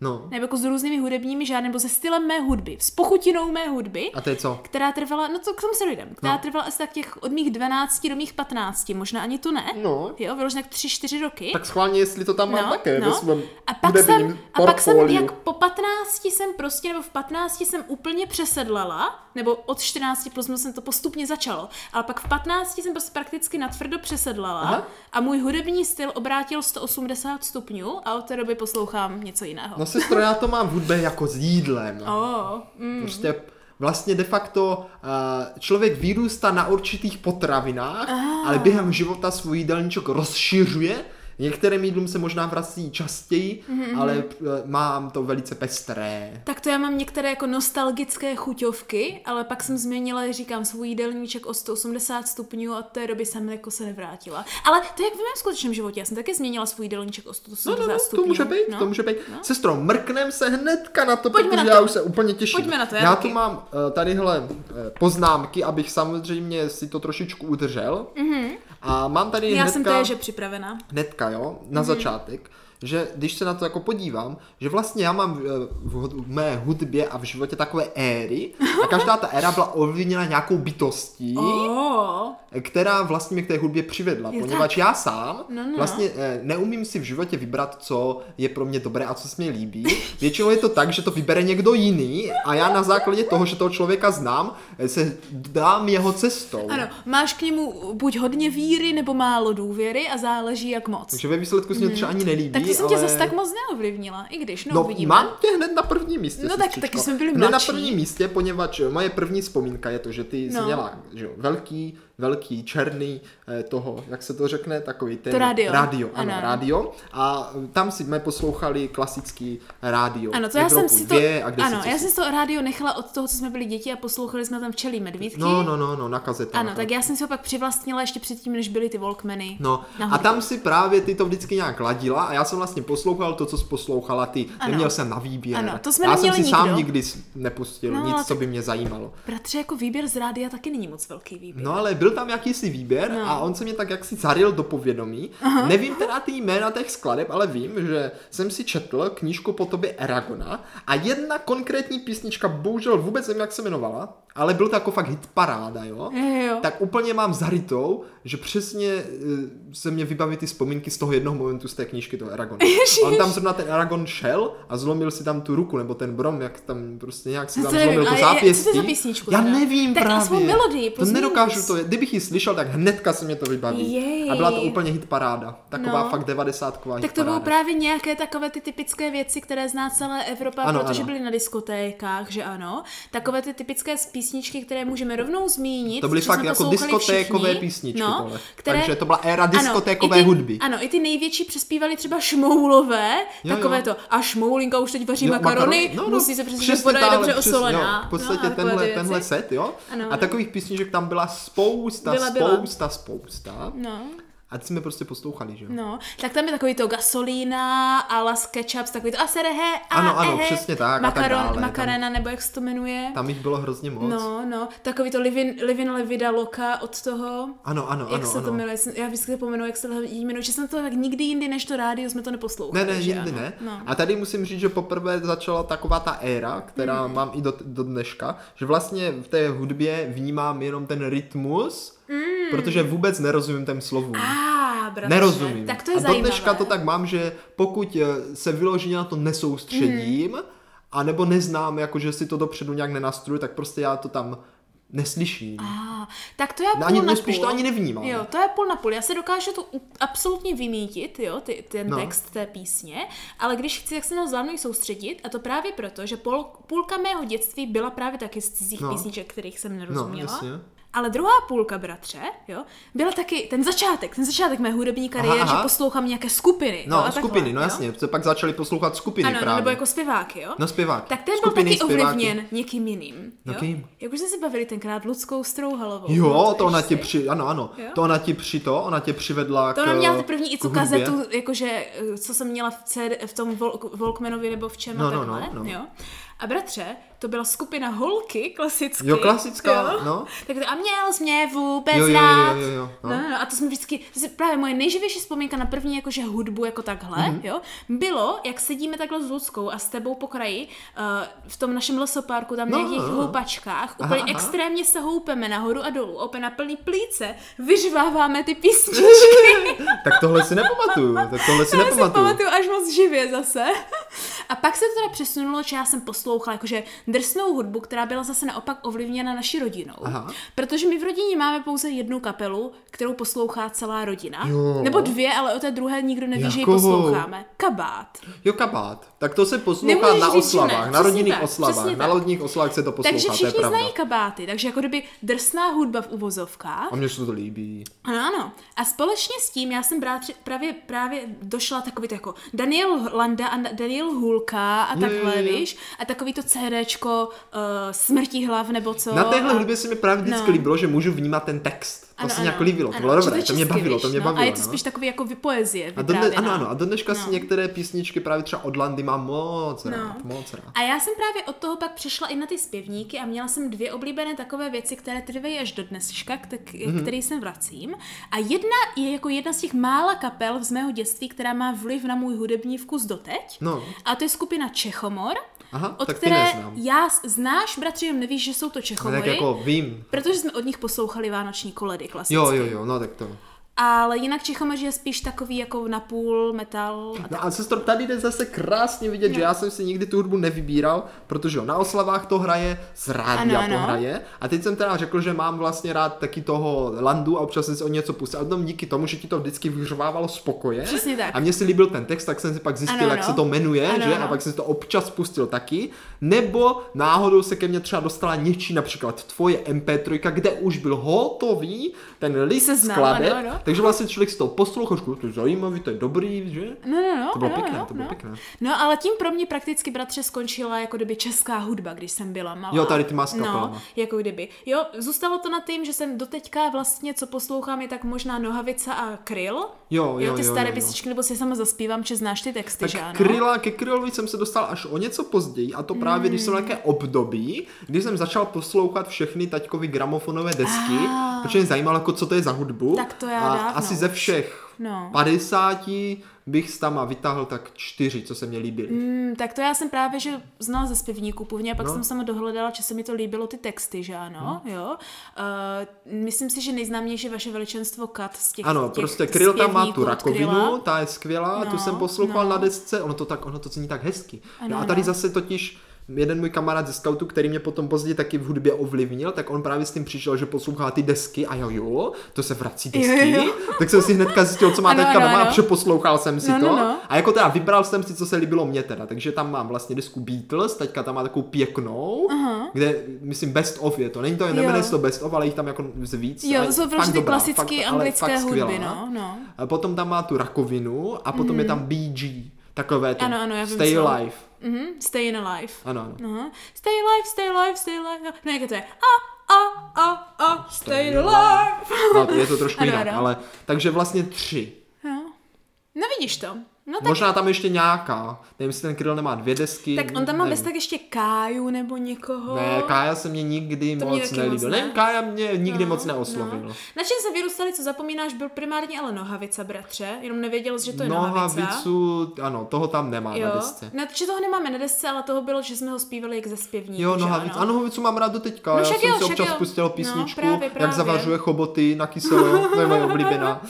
A: No.
B: nebo jako s různými hudebními žánry, nebo se stylem mé hudby, s pochutinou mé hudby,
A: A to je co?
B: která trvala, no co k tomu se dojdem, která
A: No.
B: trvala asi tak těch od mých 12 do mých 15, možná ani to ne,
A: No.
B: jo, vyloženě tak 3-4 roky.
A: Tak schválně, jestli to tam mám také ve svém
B: No, a pak
A: hudebním
B: jsem, a pak jsem,
A: portfoliu.
B: jak po 15 jsem prostě, nebo v 15 jsem úplně přesedlala, nebo od 14 plus minus jsem to postupně začalo, ale pak v 15 jsem prostě prakticky natvrdo přesedlala
A: Aha.
B: a můj hudební styl obrátil 180 stupňů a od té doby poslouchám něco jiného.
A: No sestro, já to mám v hudbě jako s jídlem.
B: Oh, mm.
A: Prostě vlastně de facto eh, člověk vyrůstá na určitých potravinách, ale během života svůj jídelníček rozšiřuje, Některým jídlům se možná vrací častěji, mm-hmm. ale eh, mám to velice pestré.
B: Tak to já mám některé jako nostalgické chuťovky, ale pak jsem změnila, říkám, svůj jídelníček o 180 stupňů a od té doby jsem jako se nevrátila. Ale to je jak v mém skutečném životě, já jsem taky změnila svůj jídelníček o 180
A: No, no, no,
B: stupňů.
A: to může být,
B: no.
A: to může být. Sestro, mrknem se hnedka na to,
B: Pojďme
A: protože
B: na to.
A: já už se úplně těším.
B: Pojďme na to, já
A: já
B: taky.
A: tu mám eh, tadyhle eh, poznámky, abych samozřejmě si to trošičku udržel. Mm-hmm. A mám tady
B: Já
A: hnedka...
B: jsem to je, že připravená.
A: hnedka, jo, na
B: Mhm.
A: začátek, že když se na to jako podívám, že vlastně já mám eh, v, hud- v mé hudbě a v životě takové éry a každá ta éra byla ovlivněna nějakou bytostí,
B: Oh,
A: která vlastně mě k té hudbě přivedla,
B: Jo,
A: poněvadž já sám
B: No, no.
A: vlastně eh, neumím si v životě vybrat, co je pro mě dobré a co se mi líbí. Většinou je to tak, že to vybere někdo jiný a já na základě toho, že toho člověka znám, eh, se dám jeho cestou.
B: ano, máš k němu buď hodně víry nebo málo důvěry a záleží jak moc.
A: Takže ve výsledku se mě třeba ani nelíbí.
B: Mhm. tak to jsem
A: ale...
B: tě zase tak moc neovlivnila, i když, no,
A: No,
B: uvidíme.
A: mám tě hned na prvním místě.
B: No tak-
A: sestřičko.
B: taky jsme byli
A: Hned na
B: mladší.
A: prvním místě, poněvadž eh, moje první vzpomínka je to, že ty
B: No.
A: jsi měla že, jo, velký, velký, černý eh, toho, jak se to řekne, takový ten...
B: To rádio.
A: Rádio, ano,
B: Ano.
A: rádio. A eh, tam si jsme poslouchali klasický rádio.
B: Ano, to já jsem
A: Evropu
B: si to,
A: Dvě a kde
B: ano,
A: si
B: já jsem si to rádio nechala od toho, co jsme byli děti a poslouchali jsme tam včelí medvídky.
A: No, no, no, no, na kazetách.
B: Ano, tak já jsem si ho pak přivlastnila ještě předtím, než byly ty Walkmany.
A: No,
B: na
A: a
B: hudbu.
A: tam si právě ty to vždycky nějak ladila a já jsem vlastně poslouchal to, co jsi poslouchala ty.
B: Ano.
A: Neměl jsem na výběr.
B: Ano, to jsme
A: já jsem si
B: neměli
A: sám
B: nikdo.
A: nikdy s- nepustil
B: No,
A: nic,
B: ale
A: co
B: tak-
A: by mě zajímalo.
B: Bratře, jako výběr z rádia taky není moc velký výběr.
A: No ale byl tam jakýsi výběr
B: No.
A: no. a on se mě tak jaksi zaril do povědomí. Aha. Nevím teda ty jména těch skladeb, ale vím, že jsem si četl knížku po tobě Eragona a jedna konkrétní písnička, bohužel vůbec nevím, jak se jmenovala, ale byl to jako fakt hit paráda, jo?
B: Jo, jo, jo.
A: Tak úplně mám zarytou, že přesně eh, se mě vybaví ty vzpomínky z toho jednoho momentu z té knížky toho Eragona.
B: <laughs> Ježiš.
A: A On tam zrovna ten Eragon šel a zlomil si tam tu ruku, nebo ten brom, jak tam prostě nějak si
B: To
A: tam
B: nevím,
A: zlomil
B: ale
A: to
B: je- co to je za
A: zápěstí.
B: písničku
A: Já
B: teda?
A: nevím
B: Tak
A: právě.
B: aspoň melodii,
A: to
B: plus
A: nedokážu
B: minus.
A: to, kdybych ji slyšel, tak hnedka se mě to vybaví.
B: Jej.
A: A byla to úplně hit paráda. Taková
B: No.
A: fakt devadesátková
B: Tak to
A: bylo
B: budou právě nějaké takové ty typické věci, které zná celá Evropa, ano,
A: Ano,
B: protože ano.
A: ano.
B: byly na diskotékách, že ano. Takové ty typické z písničky, které můžeme rovnou zmínit.
A: To byly
B: protože
A: fakt
B: jsme
A: jako
B: poslouchali
A: diskotékové
B: všichni,
A: písničky
B: no,
A: tohle.
B: Které...
A: Takže to byla éra diskotékové
B: i ty,
A: hudby.
B: Ano, i ty největší přespívali třeba šmoulové,
A: Jo,
B: takové
A: jo.
B: to. A šmoulinka už teď vaří
A: Jo,
B: makarony,
A: no, no,
B: musí se přesně, že
A: přesně
B: voda je
A: táhle,
B: dobře
A: přesně,
B: osolená.
A: Jo, v
B: no,
A: podstatě
B: a takové ty
A: tenhle,
B: věci.
A: tenhle set, jo?
B: Ano, ano.
A: a takových písniček tam byla spousta,
B: Byla, byla.
A: spousta, spousta.
B: No.
A: A ty jsme prostě poslouchali, že jo?
B: No, tak tam je takový to gasolína, alas ketchup, takový to a serehe, a
A: Ano, ano,
B: ehe,
A: přesně tak, a tak
B: makaron,
A: dále, tam-
B: makarena, nebo jak se to jmenuje.
A: Tam jich bylo hrozně moc.
B: No, no, takový to Livin, Livin Levida Loka od toho.
A: Ano, ano,
B: jak
A: ano,
B: se
A: ano.
B: to jmenuje, jsem- já vždycky zapomenu, jak se to jí jmenuje, že jsem to tak nikdy jindy než to rádio jsme to neposlouchali.
A: Ne, ne,
B: že
A: nikdy
B: ano?
A: ne.
B: No.
A: A tady musím říct, že poprvé začala taková ta éra, která
B: Hmm.
A: mm. mám i do, do dneška, že vlastně v té hudbě vnímám jenom ten rytmus,
B: Hmm.
A: mm. protože vůbec nerozumím těm slovům.
B: A, bratře,
A: Nerozumím.
B: tak to je
A: a do
B: zajímavé.
A: dneška to tak mám, že pokud eh, se vyloženě na to nesoustředím,
B: Hmm.
A: mm. anebo neznám, jakože si to dopředu nějak nenastruju, tak prostě já to tam neslyším.
B: A, tak to já půl
A: No, ani
B: na
A: spíš
B: půl.
A: to ani nevnímám.
B: Jo, to je půl na půl. Já se dokážu to u- absolutně vymítit, jo, ty, ten no.
A: No.
B: text té písně, ale když chci, tak se na to zvládnu i soustředit a to právě proto, že pol, půlka mého dětství byla právě taky z cizích no.
A: No.
B: písniček, kterých jsem
A: No,
B: nerozuměla.
A: jasně.
B: Ale druhá půlka, bratře, jo, byla taky ten začátek, ten začátek mé hudební kariéry,
A: aha.
B: že poslouchám nějaké skupiny. jo,
A: No,
B: a
A: skupiny,
B: takhle,
A: no
B: jo.
A: jasně. Se pak začali poslouchat skupiny
B: Ano, no,
A: právě.
B: nebo jako zpěváky, jo.
A: No zpěvák.
B: Tak ten
A: Skupiny,
B: byl taky
A: zpěváky.
B: ovlivněn někým jiným.
A: No
B: jo?
A: kým?
B: Jak už jsme se bavili tenkrát Ludskou Strouhalovou.
A: Jo, to
B: pamatuješ
A: ona
B: si?
A: ti při, ano, ano,
B: Jo?
A: to ona ti při to, ona tě přivedla
B: To
A: k
B: ona měla ty
A: eh,
B: první i
A: k
B: tu
A: hudbě.
B: kazetu, jakože, eh, co jsem měla v, CD, v tom Vol- Volkmanovi nebo v čem a
A: No, no,
B: takhle,
A: no, no.
B: jo. A bratře, to byla skupina holky klasicky.
A: Jo, klasická, no.
B: Tak to, a měl jsi mě vůbec
A: Jo, jo, jo,
B: rád.
A: jo, jo, jo,
B: no.
A: no.
B: No, no, a to jsme vždycky, to je právě moje nejživější vzpomínka na první jakože hudbu jako takhle,
A: Mhm.
B: mm-hmm. jo, bylo, jak sedíme takhle s Luckou a s tebou po kraji uh, v tom našem lesoparku, tam no,
A: No,
B: nějakých
A: no, no.
B: houpačkách, úplně
A: aha.
B: extrémně se houpeme nahoru a dolů, opět na plný plíce, vyžváváme
A: <laughs>
B: ty písničky. <laughs>
A: Tak tohle si nepamatuju, tak tohle si
B: To já si
A: nepamatuju.
B: pamatuju až moc živě zase. A pak se to teda přesunulo, že já jsem poslouchala jakože drsnou hudbu, která byla zase naopak ovlivněna naší rodinou.
A: Aha.
B: Protože my v rodině máme pouze jednu kapelu, kterou poslouchá celá rodina.
A: Jo.
B: Nebo dvě, ale o té druhé nikdo neví, že ji
A: Jakou?
B: posloucháme. Kabát.
A: Jo, kabát. Tak to se poslouchá
B: Nemůžeš
A: na
B: říct, že
A: oslavách, na
B: ne. Přesně
A: rodinných
B: tak,
A: oslavách.
B: přesně
A: Na
B: tak.
A: rodinných oslavách se to poslouchá,
B: Takže
A: to je
B: všichni
A: pravda.
B: znají kabáty, takže jako kdyby drsná hudba v uvozovkách.
A: A mně se to líbí.
B: Ano, ano. A společně s tím já jsem brátři, právě, právě došla takový to jako Daniel Landa a Na- Daniel Hulka a
A: Jo,
B: takhle,
A: jo, jo.
B: víš? A takový to CDčko uh, Smrtí hlav nebo co.
A: Na téhle
B: a...
A: hudbě se mi právě vždycky
B: No.
A: líbilo, že můžu vnímat ten text. To se nějak líbilo, to
B: ano.
A: bylo
B: Že
A: dobré,
B: je
A: to mě
B: česky,
A: bavilo,
B: víš,
A: to mě
B: no.
A: bavilo.
B: A je to
A: no.
B: spíš takový jako vy- poezie
A: a dodne, ano,
B: vyprávěná.
A: ano, a do dneška si
B: No.
A: některé písničky právě třeba od Landy mám moc rád,
B: No.
A: moc rád.
B: A já jsem právě od toho pak přišla i na ty zpěvníky a měla jsem dvě oblíbené takové věci, které trvají až do dneška, k- k-
A: Mhm.
B: který jsem vracím. A jedna je jako jedna z těch mála kapel z mého dětství, která má vliv na můj hudební vkus doteď.
A: No.
B: A to je skupina Čechomor,
A: Aha,
B: od
A: tak ty
B: které
A: neznám.
B: já s- znáš, bratři, jenom nevíš, že jsou to
A: No,
B: Čechomory.
A: tak jako vím.
B: Protože jsme od nich poslouchali vánoční koledy klasicky.
A: Jo, jo, jo, no tak to.
B: Ale jinak Čechomoř je spíš takový jako napůl metal a
A: No a sestro, tady jde zase krásně vidět, že já jsem si nikdy tu hudbu nevybíral, protože jo, na oslavách to hraje, z rádia
B: Ano,
A: to
B: ano.
A: hraje. A teď jsem teda řekl, že mám vlastně rád taky toho landu a občas jsem si o něco pustil. A to díky tomu, že ti to vždycky vyřvávalo z pokoje.
B: Přesně tak.
A: A mně se líbil ten text, tak jsem si pak zjistil,
B: Ano,
A: jak
B: ano.
A: se to jmenuje,
B: Ano,
A: že?
B: ano.
A: A pak jsem si to občas pustil taky. Nebo náhodou se ke mně třeba dostala něčí, například tvoje MP3, kde už byl hotový ten list
B: Seznam,
A: skladeb.
B: ano, ano.
A: Takže vlastně člověk si to poslouchal, říkal, to je zajímavý, to je dobrý, že?
B: No, no, no,
A: To bylo
B: no,
A: pěkné,
B: no,
A: to bylo
B: no.
A: pěkné.
B: No, ale tím pro mě prakticky, bratře, skončila jako kdyby česká hudba, když jsem byla malá.
A: Jo, tady ty má s kapelama.
B: No, jako kdyby. Jo, zůstalo to na tím, že jsem doteďka vlastně, co poslouchám, je tak možná Nohavica a Kryl.
A: Jo, jo,
B: ty
A: jo, jo,
B: staré
A: jo.
B: písničky, nebo si sama zaspívám, že znáš ty texty,
A: Tak
B: že ano?
A: kryla, ke krylovi jsem se dostal až o něco později a to právě,
B: Hmm.
A: když jsem na nějaké období, kdy jsem začal poslouchat všechny taťkovy gramofonové desky,
B: Ah.
A: protože mě zajímalo, jako, co to je za hudbu.
B: Tak to já
A: a
B: dávno
A: asi
B: už.
A: ze všech
B: No.
A: 50 bych s tama vytáhl tak čtyři, co se mě líbily.
B: Mm, tak to já jsem právě, že znala ze zpěvníků původně a pak
A: No. Mhm.
B: no. jsem sama dohledala, že se mi to líbilo ty texty, že ano, hmm. jo. Uh, myslím si, že nejznámější vaše veličenstvo Kat z těch
A: Ano,
B: těch
A: prostě kryl tam má tu
B: zpěvníků od
A: rakovinu,
B: Kryla.
A: ta je skvělá, tu
B: No,
A: jsem poslouchal
B: no.
A: na desce, ono to tak, ono to zní tak hezky. Ano, no
B: Ano,
A: a tady
B: ano.
A: zase totiž jeden můj kamarád ze scoutu, který mě potom později taky v hudbě ovlivnil, tak on právě s tím přišel, že poslouchá ty desky a jo, jo, to se vrací desky,
B: Jo, jo.
A: tak jsem si hnedka zjistil, co má
B: Ano,
A: teďka
B: ano,
A: doma a
B: ano.
A: přeposlouchal jsem si
B: No,
A: to.
B: no, no.
A: A jako teda vybral jsem si, co se líbilo mně teda, takže tam mám vlastně desku Beatles, teďka tam má takovou pěknou,
B: Aha.
A: kde myslím best of je to, není to, nemenuje se to best of, ale jich tam jako z víc.
B: Jo,
A: ale
B: to jsou
A: fakt
B: prostě ty
A: dobrá,
B: klasické
A: fakt- ale
B: anglické
A: fakt skvělá.
B: hudby, no, no.
A: A Potom tam má tu rakovinu a potom je tam BG, takové to.
B: Ano, ano, já vím,
A: Stay
B: co.
A: Alive.
B: Mhm, stay in alive.
A: Ano, ano.
B: Aha. Stay alive, stay alive, stay alive. No jak je to je? A, a, a, a, stay alive.
A: No, to je to trošku
B: <laughs> Ano,
A: jinak,
B: ano.
A: ale takže vlastně tři.
B: No. no vidíš to. No tak,
A: Možná tam ještě nějaká. Nevím, jestli ten Kryl nemá dvě desky.
B: tak on tam má
A: nevím.
B: bez tak ještě Káju nebo někoho.
A: Ne, Kája se mě nikdy
B: To mě
A: moc
B: taky moc
A: nelíbil.
B: ne.
A: Ne, Kája mě nikdy moc neoslovil.
B: No. Na čem se vyrůstali, co zapomínáš, byl primárně ale nohavica, bratře. Jenom nevěděl, jsi, že to je nohavica.
A: Nohavicu, ano, toho tam nemá
B: Jo.
A: na desce.
B: Na, že toho nemáme na desce, ale toho bylo, že jsme ho zpívali jak ze zpěvníku.
A: Jo,
B: že
A: nohavicu. A nohavicu mám rád do teďka.
B: No
A: Já
B: však
A: jsem
B: jo,
A: si
B: však
A: občas
B: jo.
A: pustil
B: No,
A: písničku,
B: právě,
A: jak
B: právě.
A: zavařuje choboty na kyselo. <laughs> to je moje
B: <laughs>
A: oblíbená.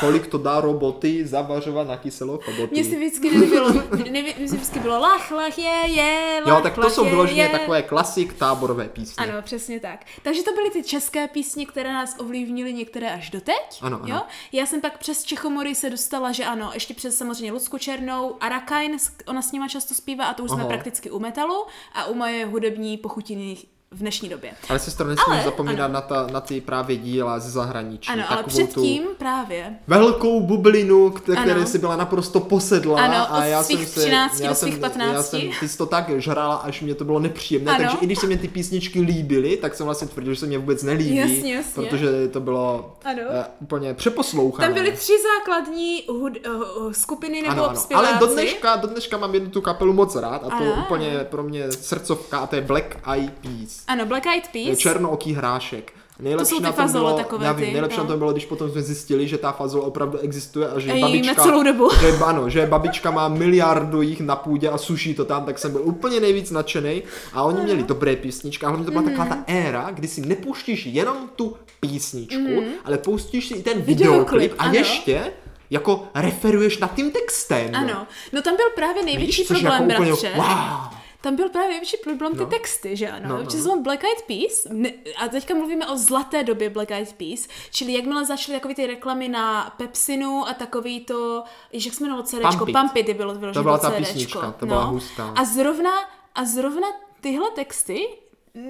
A: Kolik to dá roboty zavařovat na kyselo choboty.
B: Mně si vždycky nelíbilo, nevě, mně si vždycky bylo lach, lach, je, je, lach,
A: Jo, tak to
B: lach,
A: jsou
B: je,
A: vyloženě
B: je.
A: takové klasik táborové písně.
B: Ano, přesně tak. Takže to byly ty české písně, které nás ovlivnily některé až doteď.
A: Ano, ano.
B: Jo? Já jsem pak přes Čechomory se dostala, že ano, ještě přes samozřejmě Lucku Černou, Arakajn, s- ona s nima často zpívá a to už jsme
A: Aha.
B: prakticky u metalu a u moje hudební pochutiny v dnešní době.
A: Ale sestro, nesmím
B: Ale-
A: zapomínat na, ta, na ty právě díla ze zahraničí.
B: Ano, ale
A: Takovou
B: předtím právě.
A: velkou bublinu, k- které
B: Ano.
A: si byla naprosto posedlá.
B: Ano,
A: a
B: od
A: já
B: svých
A: jsem se,
B: 13
A: já
B: do
A: jsem,
B: svých
A: Já
B: 15.
A: jsem ty jsi to tak žrala, až mě to bylo nepříjemné.
B: Ano.
A: Takže i když se mě ty písničky líbily, tak jsem vlastně tvrdil, že se mě vůbec nelíbí.
B: Jasně, jasně.
A: Protože to bylo
B: Ano.
A: eh, úplně přeposlouchané.
B: Tam byly tři základní hud, uh, skupiny nebo
A: ano, ano.
B: zpěváci.
A: Ale do dneška, do dneška mám jednu tu kapelu moc rád a to je
B: Ano.
A: úplně pro mě srdcovka a to je Black Eyed Peas.
B: Ano, Black Eyed
A: Je
B: Peas.
A: černooký hrášek. Nejlepší
B: jsou ty
A: na tom
B: fazole
A: bylo,
B: takové
A: já vím,
B: ty,
A: nejlepší
B: no.
A: na tom bylo, když potom jsme zjistili, že ta fazole opravdu existuje a že
B: A ji jíme
A: babička,
B: celou dobu.
A: že, ano, že babička má miliardu jich na půdě a suší to tam, tak jsem byl úplně nejvíc nadšený a oni měli dobré písničky a hlavně to byla taková
B: Mhm.
A: ta éra, kdy si nepustíš jenom tu písničku, ale pustíš si i ten
B: Mhm. Videoklip,
A: videoklip a
B: ano.
A: ještě jako referuješ nad tím textem.
B: Ano, no tam byl právě největší
A: což je
B: problém,
A: jako úplně,
B: bratře.
A: wow.
B: Tam byl právě největší problém ty
A: No.
B: texty, že ano?
A: No, no.
B: No, Že jsou Black Eyed Peas, ne, a teďka mluvíme o zlaté době Black Eyed Peas, čili jakmile začaly takové ty reklamy na Pepsinu a takový to, jež jak se jmenovalo CDčko,
A: Pump It.
B: Pump It bylo vyložené
A: To byla
B: to
A: ta
B: CDčko.
A: písnička, to byla hustá.
B: No. A zrovna, a zrovna tyhle texty mm,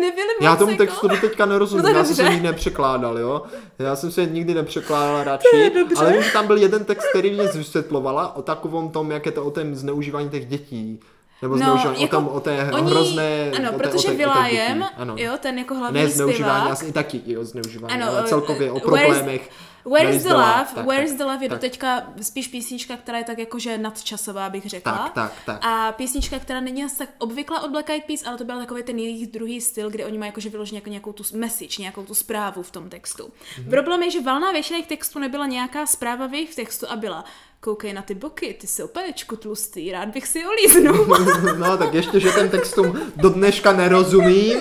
B: nebyly moc
A: Já tomu
B: jako...
A: textu do teďka nerozumím,
B: No to
A: já jsem se
B: dobře.
A: nikdy nepřekládal, jo. Já jsem se nikdy nepřekládal
B: je
A: radši,
B: dobře.
A: ale vím, že tam byl jeden text, který mě vysvětlovala o takovém tom, jak je to o tom zneužívání těch dětí. Nebo zneužívání, o, tom, o té hrozné...
B: No, jako Ano,
A: o té, o
B: protože
A: té, o těch
B: Will.i.am,
A: dětí. ano.
B: jo, ten jako hlavní
A: ne
B: zpěvák,
A: zneužívání, asi i taky i o zneužívání,
B: Ano,
A: ale
B: eh,
A: celkově o
B: where's-
A: problémech.
B: Where is
A: Where's
B: the
A: the love?
B: love?
A: Tak,
B: Where
A: tak,
B: is the love je
A: tak.
B: doteďka spíš písnička, která je tak jakože nadčasová, bych řekla.
A: Tak, tak, tak.
B: A písnička, která není asi tak obvyklá od Black Eyed Peas, ale to byl takový ten jejich druhý styl, kde oni mají jakože vyloženě jako nějakou tu message, nějakou tu zprávu v tom textu.
A: Mhm.
B: Mm-hmm. Problém je, že valná většina jejich textů nebyla nějaká zpráva v jejich textu a byla koukej na ty boky, ty jsi opanečku tlustý, rád bych si je olíznul.
A: <laughs>
B: <laughs>
A: No, tak ještě, že ten textům do dneška nerozumím,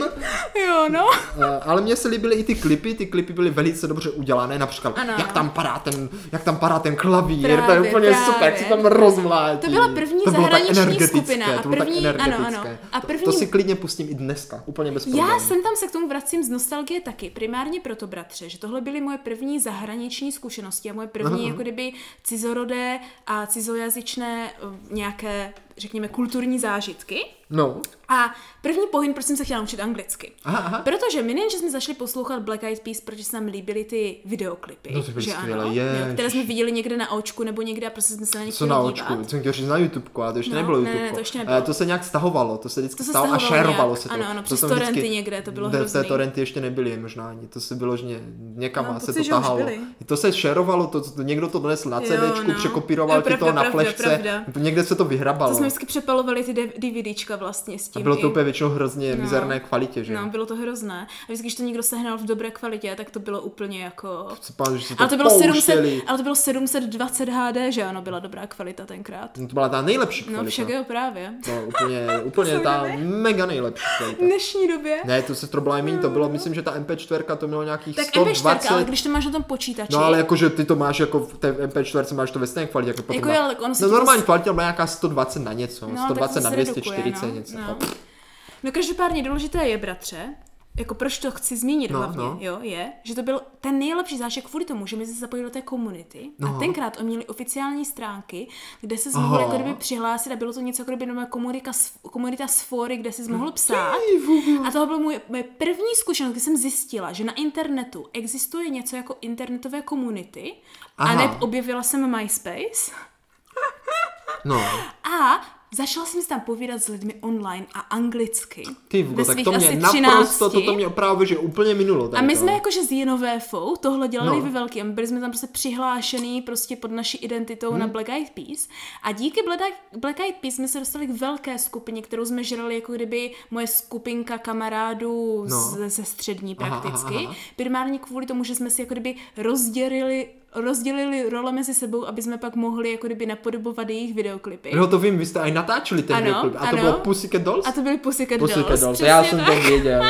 B: jo, no.
A: Eh, ale mně se líbily i ty klipy, ty klipy byly velice dobře udělané, například ano.
B: Ano. no.
A: jak tam padá ten, jak tam padá ten klavír,
B: Právě,
A: to je úplně
B: právě.
A: super, jak se tam rozmlátí.
B: To byla první
A: to bylo tak
B: zahraniční
A: energetické,
B: skupina a
A: to bylo
B: první-
A: tak
B: ano, ano.
A: energetické.
B: A
A: to, to
B: první-
A: si klidně pustím i dneska, úplně bez problémů.
B: Já jsem tam se k tomu vracím z nostalgie taky, primárně proto, bratře, že tohle byly moje první zahraniční zkušenosti a moje první,
A: Aha.
B: jako kdyby, cizorodé a cizojazyčné eh, nějaké, řekněme, kulturní zážitky.
A: No,
B: A první pohyn, proč jsem se chtěla naučit anglicky.
A: aha, aha.
B: Protože my nejen, že jsme začali poslouchat Black Eyed Peas, protože se nám líbily ty videoklipy,
A: No, ty byly
B: že
A: skvělé,
B: ano,
A: ježiš.
B: jo, které jsme viděli někde na očku nebo někde a prostě jsme se na ně
A: Co
B: chtěli
A: na
B: dívat.
A: očku, jsem chtěl říct na YouTube, ale to ještě
B: No,
A: nebylo
B: ne, ne,
A: YouTube.
B: to ještě nebylo.
A: to se nějak stahovalo, to se vždycky
B: To se
A: stalo a
B: stahovalo nějak,
A: šerovalo se to.
B: ano, ano,
A: to
B: přes
A: jsem
B: torrenty někde, to bylo
A: ne,
B: hrozný.
A: Té torrenty ještě nebyly možná ani, to se bylo, že ně- někam
B: Mám
A: no, se
B: pocit,
A: to
B: že už
A: tahalo.
B: byly.
A: To se šerovalo, to, to, někdo to donesl na
B: Jo,
A: CDčku,
B: no.
A: překopíroval
B: Jo,
A: ti to
B: pravda,
A: na
B: pravda,
A: flešce,
B: pravda.
A: někde se to vyhrabalo.
B: To jsme vždycky přepalovali ty DVDčka vlastně s
A: a
B: tím.
A: bylo to
B: i-
A: úplně většinou hrozně
B: No.
A: mizerné kvalitě, že?
B: No,
A: No.
B: bylo to hrozné. A vždycky, když to někdo sehnal v dobré kvalitě, tak to bylo úplně jako...
A: že se to
B: Ale to, bylo 700,
A: pouštěli.
B: ale to bylo 720 HD, že ano, byla dobrá kvalita tenkrát.
A: No, to byla ta nejlepší
B: No
A: kvalita.
B: však jo, právě.
A: To byla
B: <laughs>
A: úplně, úplně
B: jsem
A: ta
B: já, ne?
A: mega nejlepší
B: V
A: kvalita.
B: dnešní době.
A: Ne, to se to bylo méně, to bylo, myslím, že ta MP4 to mělo nějakých
B: tak
A: 120.
B: MP4, ale když to máš na tom počítači.
A: No ale jakože ty to máš jako v té MP4 máš to ve stejné kvalitě. Jako, potom
B: Jako
A: na-
B: jo, ale tak ono se
A: No
B: to
A: normální
B: zas-
A: kvalitě, ale nějaká 120 na něco,
B: No, tak to
A: 120 na
B: se
A: 240
B: redukuje, no,
A: něco.
B: no.
A: No.
B: No každopádně důležité je, bratře, jako proč to chci zmínit
A: No,
B: no, hlavně,
A: no.
B: no. jo, je, že to byl ten nejlepší zážitek kvůli tomu, že my jsme se zapojili do té komunity no.
A: No.
B: a tenkrát oni měli oficiální stránky, kde se mohl
A: Aha.
B: jako kdyby přihlásit a bylo to něco jako kdyby nové komunika, s- komunita s fóry, kde se mohl psát. A tohle byl můj, moje první zkušenost, kdy jsem zjistila, že na internetu existuje něco jako internetové komunity a
A: Aha.
B: ne objevila jsem MySpace.
A: no.
B: A začala jsem si tam povídat s lidmi online a anglicky.
A: Ty
B: Ve
A: vůbec, tak
B: svých
A: to mě
B: asi
A: naprosto,
B: 13.
A: to mě právě, že úplně minulo. tady
B: A my
A: to.
B: jsme jakože s Jenovéfou tohle dělali
A: No.
B: no. ve velkém. Byli jsme tam prostě přihlášený prostě pod naší identitou na
A: Hmm.
B: Black Eyed Peas. A díky Bleda- Black Eyed Peas jsme se dostali k velké skupině, kterou jsme žrali jako kdyby moje skupinka kamarádů
A: No.
B: no. ze, ze střední
A: Aha,
B: prakticky.
A: aha, aha.
B: Primárně kvůli tomu, že jsme si jako kdyby rozdělili rozdělili role mezi sebou, aby jsme pak mohli jako kdyby napodobovat jejich videoklipy.
A: Jo, to vím, vy jste aj natáčeli ten
B: Ano,
A: videoklip. A to
B: ano.
A: bylo Pussycat Dolls?
B: A to byly Pussycat Dolls.
A: Pussycat Dolls,
B: přesně
A: já jsem
B: tak.
A: to věděl.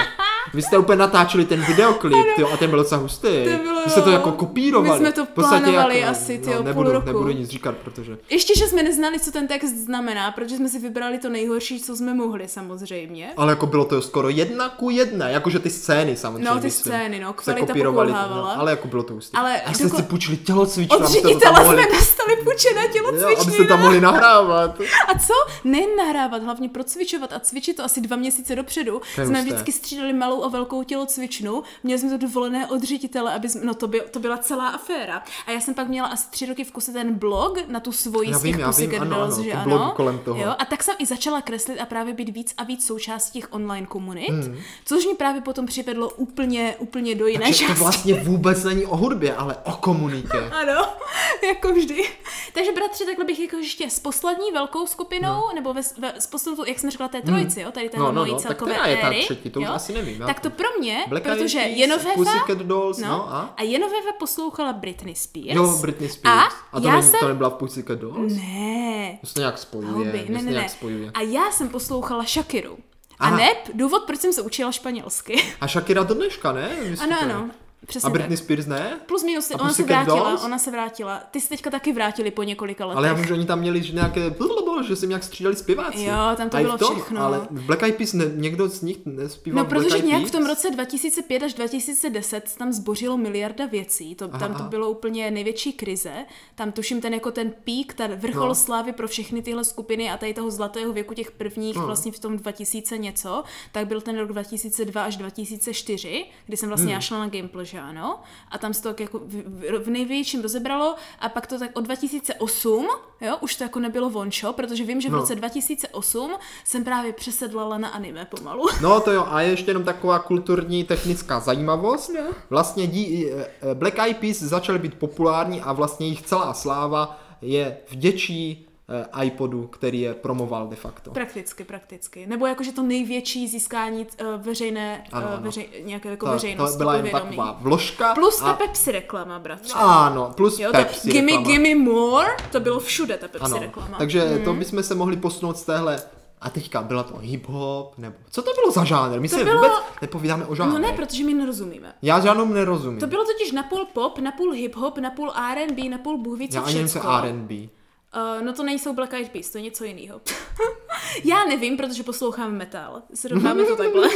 A: Vy jste úplně natáčeli ten videoklip, tyjo, a ten byl docela hustý.
B: To bylo,
A: Vy jste to
B: jo.
A: jako kopírovali.
B: My jsme to
A: V podstatě
B: plánovali asi, tyjo,
A: no,
B: půl
A: nebudu,
B: roku.
A: nebudu nic říkat, protože...
B: Ještě, že jsme neznali, co ten text znamená, protože jsme si vybrali to nejhorší, co jsme mohli samozřejmě.
A: Ale jako bylo to skoro jedna ku jedna, jakože ty scény samozřejmě.
B: No, ty
A: myslím,
B: scény, no,
A: se
B: kvalita
A: kopírovaly,
B: pokulhávala.
A: no, ale jako bylo to hustý.
B: Ale
A: A jste
B: doko-
A: si půjčili tělocvičku,
B: Od
A: abyste to tam
B: ředitele
A: mohli,
B: jsme no. dostali půjčené
A: jo,
B: tělocvičný.
A: abyste tam mohli nahrávat.
B: A co? Nejen nahrávat, hlavně procvičovat a cvičit to asi dva měsíce dopředu.
A: je
B: Jsme
A: husté.
B: vždycky střídali malou a velkou tělocvičnu. Měli jsme to dovolené od ředitele, aby jsme, no to, by, to byla celá aféra. A já jsem pak měla asi tři roky v kuse ten blog na tu svoji
A: Já
B: z
A: vím,
B: těch
A: já vím,
B: Pussycat
A: ano,
B: Dolls,
A: ano,
B: že
A: ty
B: ano.
A: blogy kolem toho.
B: Jo, a tak jsem i začala kreslit a právě být víc a víc součástí těch online komunit,
A: Hmm.
B: což mě právě potom přivedlo úplně, úplně do jiné
A: Takže to
B: části.
A: vlastně vůbec není o hudbě, ale o
B: <laughs>
A: komunitě.
B: Ano, jako vždy. Takže bratři, takhle bych jako ještě s poslední velkou skupinou, no. nebo ve, ve, s poslední, jak jsem řekla, té trojici, jo, tady té
A: No, no,
B: mojí
A: no, tak
B: celkové
A: která je ta
B: éry.
A: třetí? To už
B: jo?
A: asi nevím, já
B: Tak to pro mě,
A: Black Eyed
B: protože
A: Peas,
B: Jenovefa,
A: Pussycat Dolls,
B: no,
A: no a?
B: a Jenovefa poslouchala Britney Spears.
A: Jo, Britney Spears.
B: A,
A: A, to,
B: já
A: není,
B: jsem...
A: to nebyla v Pussycat Dolls?
B: Ne,
A: To se nějak spojuje.
B: hobby,
A: to
B: ne,
A: se
B: ne,
A: nějak
B: ne.
A: spojuje.
B: A já jsem poslouchala Shakiru. A
A: Aha.
B: neb, důvod, proč jsem se učila španělsky.
A: <laughs> A Shakira do dneška, ne? Vystupuje.
B: Ano, ano. Přesně
A: A
B: tak.
A: Britney Spears ne?
B: Plus minus,
A: A
B: ona se
A: Pussycat
B: vrátila,
A: Dolls?
B: ona se vrátila. Ty se teďka taky vrátili po několika letech.
A: Ale já vím, že oni tam měli že nějaké, blablabla, že se nějak střídali zpěváci.
B: Jo, tam to
A: A i
B: bylo
A: v tom,
B: všechno.
A: Ale v Black Eyed Peas ne, někdo z nich nespíval
B: No,
A: v Black
B: protože
A: Eyed
B: nějak
A: Peas?
B: v tom roce 2005 až 2010 tam zbořilo miliarda věcí, to, tam
A: Aha.
B: to bylo úplně největší krize, tam tuším ten jako ten pík, ten vrchol
A: No.
B: no. slávy pro všechny tyhle skupiny a tady toho zlatého věku těch prvních
A: No.
B: no. vlastně v tom 2000 něco, tak byl ten rok 2002 až 2004, kdy jsem vlastně hmm. já šla na Gameplay, že ano, a tam se to tak jako v, v, v největším rozebralo a pak to tak od 2008, jo, už to jako nebylo vončo, protože vím, že v
A: No.
B: roce 2008 jsem právě přesedlala na anime pomalu.
A: No to jo, a ještě jenom taková kulturní technická zajímavost. No. Vlastně dí, eh, eh, Black Eyed Peas začaly být populární a vlastně jejich celá sláva je vděčí eh, iPodu, který je promoval de facto.
B: Prakticky, prakticky. Nebo jakože to největší získání uh, veřejné,
A: Ano,
B: uh,
A: ano.
B: veřej, nějaké jako
A: To,
B: veřejnosti,
A: to byla jen
B: povědomí.
A: taková vložka.
B: Plus ta
A: a,
B: Pepsi reklama, bratře.
A: Ano, plus
B: jo, ta
A: Pepsi
B: gimme,
A: reklama.
B: gimme more, to bylo všude ta Pepsi
A: Ano,
B: reklama. Mhm.
A: takže to bychom se mohli posunout z téhle a teďka byla to hip-hop, nebo co to bylo za žánr? My
B: To
A: si
B: bylo-
A: vůbec nepovídáme o žánru.
B: No ne, protože my nerozumíme.
A: Já žádnou nerozumím.
B: To bylo totiž napůl pop, napůl hip-hop, napůl R&B, napůl bůh ví co
A: Já ani nevím, co
B: všecko.
A: je R&B.
B: Uh, no to nejsou Black Eyed Peas, to je něco jiného. <laughs> Já nevím, protože poslouchám metal. Srovnáme to takhle.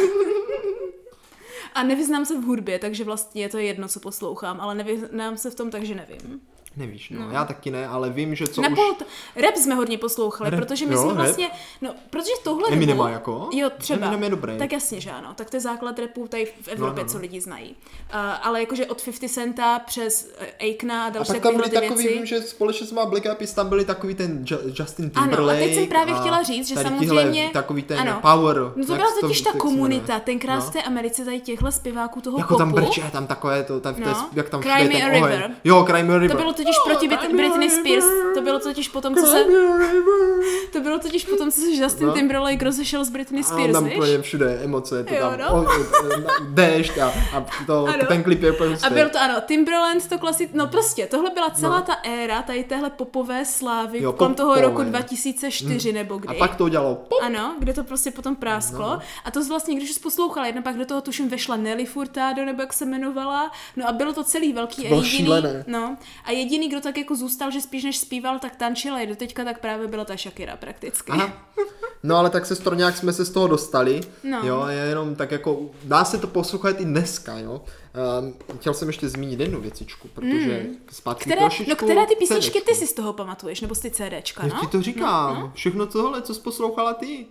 B: A nevyznám se v hudbě, takže vlastně je to jedno, co poslouchám, ale nevyznám se v tom, takže nevím.
A: Nevíš, no, já taky ne, ale vím, že co
B: Na
A: už...
B: pol, rap jsme hodně poslouchali,
A: Rap,
B: protože my
A: jo,
B: jsme
A: rap.
B: vlastně, no, protože tohle
A: Eminema
B: dobu-
A: jako?
B: Jo, třeba.
A: Eminem je dobrý.
B: Tak jasně, že ano. Tak to je základ rapu tady v
A: no,
B: Evropě,
A: no.
B: co lidi znají. Uh, ale jakože od 50 centa přes eh, Aikna a
A: A
B: další
A: pak tam
B: takovýhle
A: byly
B: ty
A: takový,
B: věci.
A: vím, že společně s má Black Eyed Peas tam byli takový ten Ju- Justin Timberlake.
B: Ano, a teď jsem právě chtěla říct, že
A: tady
B: samozřejmě...
A: Tihle, takový ten
B: ano.
A: power.
B: No to
A: jak
B: byla
A: se
B: totiž
A: jak
B: ta
A: se
B: komunita,
A: jmenuje.
B: tenkrát
A: No.
B: v té Americe tady těchhle zpěváků toho
A: Jako
B: popu.
A: tam brče, tam takové to, tam, no.
B: No.
A: to je, jak tam
B: Cry
A: šle
B: Me
A: ten
B: a
A: oheň.
B: River.
A: Jo, Cry Me a River.
B: To bylo totiž proti Brit- Britney Spears, to bylo totiž potom, co se,
A: Cry Me a River.
B: to bylo totiž potom, co se Justin
A: No.
B: Timberlake rozešel s Britney
A: a
B: Spears,
A: tam
B: víš?
A: úplně všude emoce, je to
B: Jo,
A: tam
B: no.
A: o, o, o, déšť a, a to,
B: Ano.
A: ten klip je prostě... No.
B: A byl to, ano, Timberland, to klasik, no prostě, tohle byla celá ta éra tady téhle popové slávy
A: Jo,
B: jo, kolem toho
A: popové. no. Hmm.
B: roku 2004 nebo kdy.
A: a pak to udělalo pop.
B: Ano, kde to prostě potom prásklo. No. A to vlastně, když jsi poslouchala, jedna pak do toho tuším vešla Nelly Furtado, nebo jak se jmenovala. No a bylo to celý velký a
A: bylo
B: jediný.
A: šílené.
B: No, a jediný, kdo tak jako zůstal, že spíš než zpíval, tak tančila je doteďka, tak právě byla ta Shakira prakticky.
A: Aha. No ale tak se to nějak jsme se z toho dostali.
B: No.
A: Jo, je jenom tak jako, dá se to poslouchat i dneska, jo. Um, chtěl jsem ještě zmínit jednu věcičku, protože mm. zpátky
B: Hmm. Které,
A: trošičku...
B: no, které ty písničky
A: CDčku.
B: ty si z toho pamatuješ, nebo z ty CDčka,
A: Já ti
B: no?
A: to říkám, no, no. všechno tohle, co jsi poslouchala ty.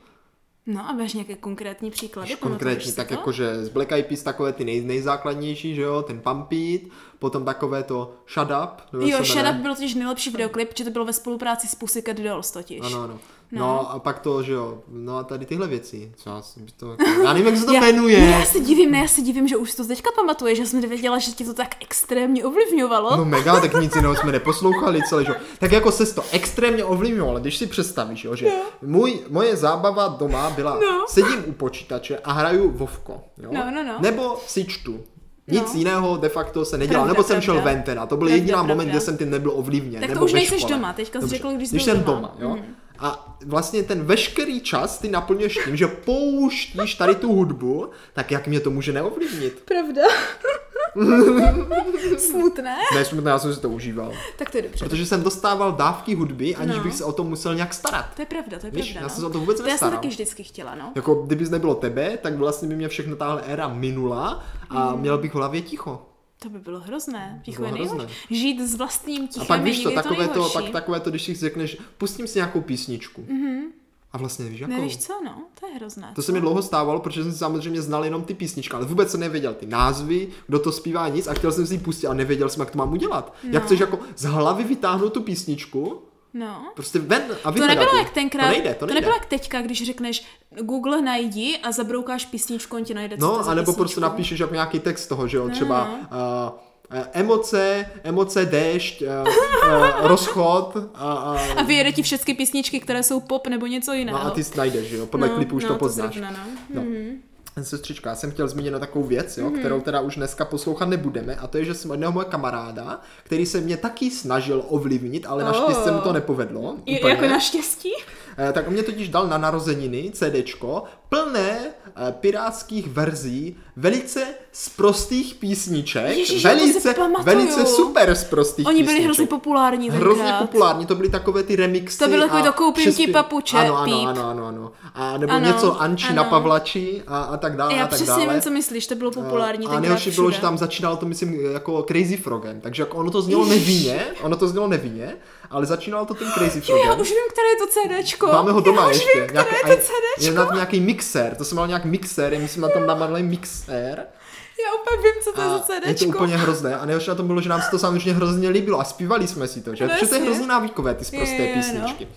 B: No a máš nějaké konkrétní příklady?
A: Když
B: Pamatuješ
A: konkrétně,
B: si
A: tak
B: Jako
A: jako-
B: to?
A: jakože z Black Eyed Peas takové ty nej, nejzákladnější, že jo, ten Pump It, potom takové to Shut Up. nebo jak
B: Jo,
A: se
B: Shut
A: jmenuje.
B: Up byl totiž nejlepší videoklip, protože to bylo ve spolupráci s Pussycat Dolls totiž.
A: Ano, ano. No.
B: No.
A: no a pak to, že jo, no a tady tyhle věci, co já, si- to, jako- já nevím, jak se to
B: já,
A: jmenuje.
B: Ne, já se divím, ne, já se divím, že už si to teďka pamatuješ, že jsem nevěděla, že ti to tak extrémně ovlivňovalo.
A: No mega, tak nic jiného jsme neposlouchali celé, že? jo. Tak jako se to extrémně ovlivnilo, ale když si představíš, jo, že můj, moje zábava doma byla,
B: No.
A: sedím u počítače a hraju Vovko, jo?
B: No, no, no.
A: nebo si čtu. Nic
B: No.
A: jiného de facto se nedělalo,
B: Pravda,
A: nebo jsem šel
B: pravda.
A: ven teda, to byl
B: Pravda,
A: jediná
B: pravda.
A: moment, kde jsem tím nebyl ovlivněn.
B: Tak to
A: nebo
B: už
A: ve
B: nejseš
A: škole.
B: doma, teďka jsi
A: Dobře.
B: řekl, když jsi
A: když
B: byl
A: jsem
B: doma. Mhm.
A: doma, jo. A vlastně ten veškerý čas ty naplňuješ tím, že pouštíš tady tu hudbu, tak jak mě to může neovlivnit?
B: Pravda.
A: <laughs>
B: Smutné.
A: Ne, smutná, já jsem si to užíval.
B: Tak to je dobře.
A: Protože jsem dostával dávky hudby, aniž
B: No.
A: bych se o tom musel nějak starat.
B: To je pravda, to je
A: Víš,
B: pravda.
A: já
B: no.
A: jsem se o to vůbec
B: to já jsem
A: nestaral.
B: taky vždycky chtěla, no.
A: Jako kdyby nebylo tebe, tak vlastně by mě všechno tahle éra minula a
B: Hmm.
A: měl bych v hlavě ticho.
B: To by bylo hrozné. Ticho
A: bylo
B: je nejhorší.
A: hrozné.
B: Žít s vlastním tichem
A: A pak
B: je
A: víš to,
B: někdy
A: takové to,
B: nejhorší.
A: pak takové to, když si řekneš, pustím si nějakou písničku. Mm-hmm. A vlastně nevíš jakou.
B: Mhm. Nevíš co, no? To je hrozné.
A: To se mi dlouho stávalo, protože jsem samozřejmě znal jenom ty písničky, ale vůbec jsem nevěděl ty názvy, kdo to zpívá nic a chtěl jsem si ji pustit a nevěděl jsem, jak to mám udělat. No. Jak chceš jako z hlavy vytáhnout tu písničku,
B: No.
A: prostě ven a
B: To
A: vypadat
B: nebylo
A: ji.
B: jak tenkrát,
A: To nejde, to nejde.
B: nebylo jak teďka, když řekneš Google najdi a zabroukáš písničku, on ti najde co to
A: No,
B: za
A: anebo
B: písničku.
A: prostě napíšeš jako nějaký text toho, že jo, třeba
B: no.
A: uh, emoce, emoce, déšť, uh,
B: <laughs>
A: uh, rozchod a, a,
B: A vyjede ti všechny písničky, které jsou pop nebo něco jiného.
A: no, a ty najdeš, že jo, podle
B: No,
A: klipu už
B: no,
A: to poznáš.
B: zrovna,
A: No.
B: no.
A: Sestřička, já jsem chtěl zmínit na takovou věc,
B: Mhm.
A: jo, mm-hmm. kterou teda už dneska poslouchat nebudeme, a to je, že jsem jednoho moje kamaráda, který se mě taky snažil ovlivnit, ale oh. naštěstí se mu to nepovedlo.
B: Je,
A: úplně.
B: jako naštěstí?
A: Eh, tak on mě totiž dal na narozeniny CDčko plné eh, pirátských verzí velice z prostých písniček,
B: Ježiš, já to si
A: velice,
B: pamatuju.
A: velice super z prostých
B: Oni byli
A: písniček.
B: hrozně populární
A: Hrozně
B: tenkrát.
A: populární, to byly takové ty remixy.
B: To bylo
A: a
B: takové to koupím ti
A: přespě-
B: papuče,
A: Ano, ano,
B: píp.
A: ano, ano, ano. A nebo
B: Ano,
A: něco Anči
B: ano.
A: na Pavlači a, a tak dále. a
B: Já
A: tak
B: přesně
A: dále. Eh,
B: vím, co myslíš, to bylo populární
A: A
B: tenkrát
A: nejhorší bylo,
B: všude.
A: že tam začínalo to, myslím, jako Crazy Frogem. Takže jako ono to znělo nevinně, ono to znělo nevinně, ale začínalo to tím Crazy Frogem.
B: Já už vím, které je to CDčko.
A: Máme ho doma
B: Já už
A: ještě.
B: vím, které
A: Nějak-
B: je
A: a
B: to CDčko.
A: je na tom nějaký mixér, to jsem mal nějak mixér, já myslím, na tom na malý mixér.
B: Já úplně vím, co to je za
A: A
B: CDčko.
A: je to úplně hrozné. A nejhorší na tom bylo, že nám se to samozřejmě hrozně líbilo a zpívali jsme si to, že? Protože to je
B: Jasně.
A: hrozně návykové, ty prostě
B: Je, je, no.
A: písničky.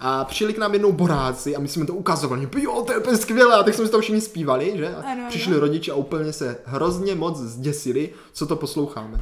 A: A přišli k nám jednou boráci a my jsme to ukazovali, jo, to je úplně skvělé, a tak jsme si to všichni zpívali, že? A
B: Ano, ano.
A: přišli rodiče a úplně se hrozně moc zděsili, co to posloucháme.